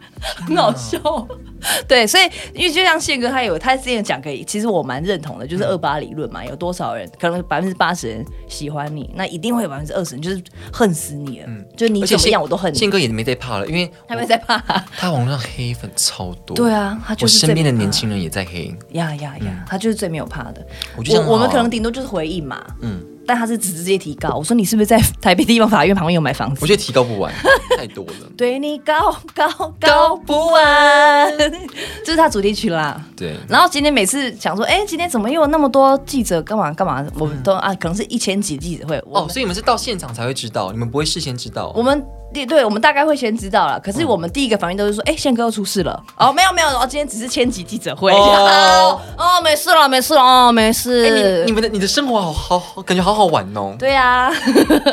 Speaker 4: 很好笑。
Speaker 2: 对，所以因为就像宪哥他有他之前讲给，其实我蛮认同的，
Speaker 1: 嗯
Speaker 2: 就是二八理论嘛，有多少人可能百分之八十人喜欢你，那一定会有百分之二十人就是恨死你了，就是你
Speaker 1: 嗯而
Speaker 2: 怎
Speaker 1: 且
Speaker 2: 么
Speaker 1: 宪
Speaker 2: 样我都恨
Speaker 1: 宪
Speaker 2: 你。
Speaker 1: 哥也没在怕了，因为
Speaker 2: 他们在怕，
Speaker 1: 他网络上黑粉超多。
Speaker 2: 对啊他就是
Speaker 1: 我身边的
Speaker 2: 最怕
Speaker 1: 年轻人也在黑。
Speaker 2: 呀呀呀，他就是最没有怕的。
Speaker 1: 嗯我觉得这样
Speaker 2: 我
Speaker 1: 很
Speaker 2: 们
Speaker 1: 好啊
Speaker 2: 可能顶多就是回应嘛，
Speaker 1: 嗯，
Speaker 2: 但他是直接提高。我说你是不是在台北地方法院旁边有买房子
Speaker 1: 我？觉得提高不 完，太多了。
Speaker 2: 对你高高高不完， 这是他主题曲啦。
Speaker 1: 对，
Speaker 2: 然后今天每次想说，哎、今天怎么又有那么多记者干嘛干嘛？我们都、啊，可能是一千几记者会。我
Speaker 1: 嗯哦，
Speaker 2: 们
Speaker 1: 所以你们是到现场才会知道，你们不会事先知道。
Speaker 2: 我们对对，我们大概会先知道了。
Speaker 1: 嗯
Speaker 2: 可是我们第一个反应都是说，哎、宪哥又出事了。哦，没有没有，哦，今天只是千几记者会。
Speaker 1: 哦
Speaker 2: 哦 哦，没事了，没事了，哦，没事。
Speaker 1: 哎你你们的你的生活好好好，感觉好好玩哦，
Speaker 2: 对啊，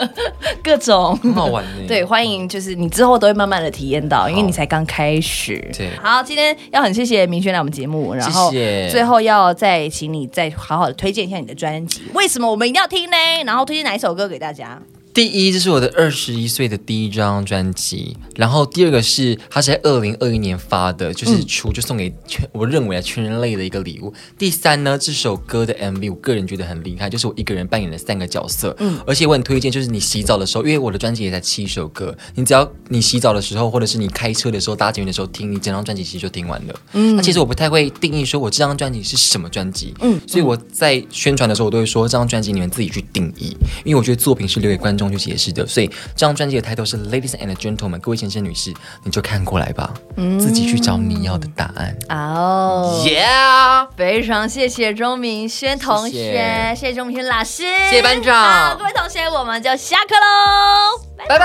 Speaker 2: 各种。
Speaker 1: 很好玩呢。
Speaker 2: 对，欢迎，就是你之后都会慢慢的体验到，因为你才刚开始。
Speaker 1: 对
Speaker 2: 好，今天要很谢谢明轩来我们节目，然后
Speaker 1: 谢谢
Speaker 2: 最后要再请你再好好的推荐一下你的专辑，为什么我们一定要听呢？然后推荐哪一首歌给大家？
Speaker 1: 第一，这是我的二十一岁的第一张专辑，然后第二个是它是在二零二一年发的，就是出就送给全我认为啊全人类的一个礼物。第三呢，这首歌的 MV 我个人觉得很厉害，就是我一个人扮演了三个角色，而且我很推荐，就是你洗澡的时候，因为我的专辑也才七首歌，你只要你洗澡的时候，或者是你开车的时候、搭捷运的时候听，你整张专辑其实就听完了。嗯，那其实我不太会定义说我这张专辑是什么专辑，嗯，所以我在宣传的时候，我都会说这张专辑你们自己去定义，因为我觉得作品是留给观众去解释的，所以这张专辑的抬头是 Ladies and Gentlemen，各位先生女士，你就看过来吧，自己去找你要的答案。
Speaker 2: 哦、
Speaker 1: Yeah，
Speaker 2: 非常谢谢钟明轩同
Speaker 1: 谢
Speaker 2: 学，
Speaker 1: 谢
Speaker 2: 谢谢钟明轩老师，
Speaker 1: 谢谢班长
Speaker 2: 好，各位同学，我们就下课喽，拜拜。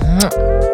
Speaker 1: 拜拜。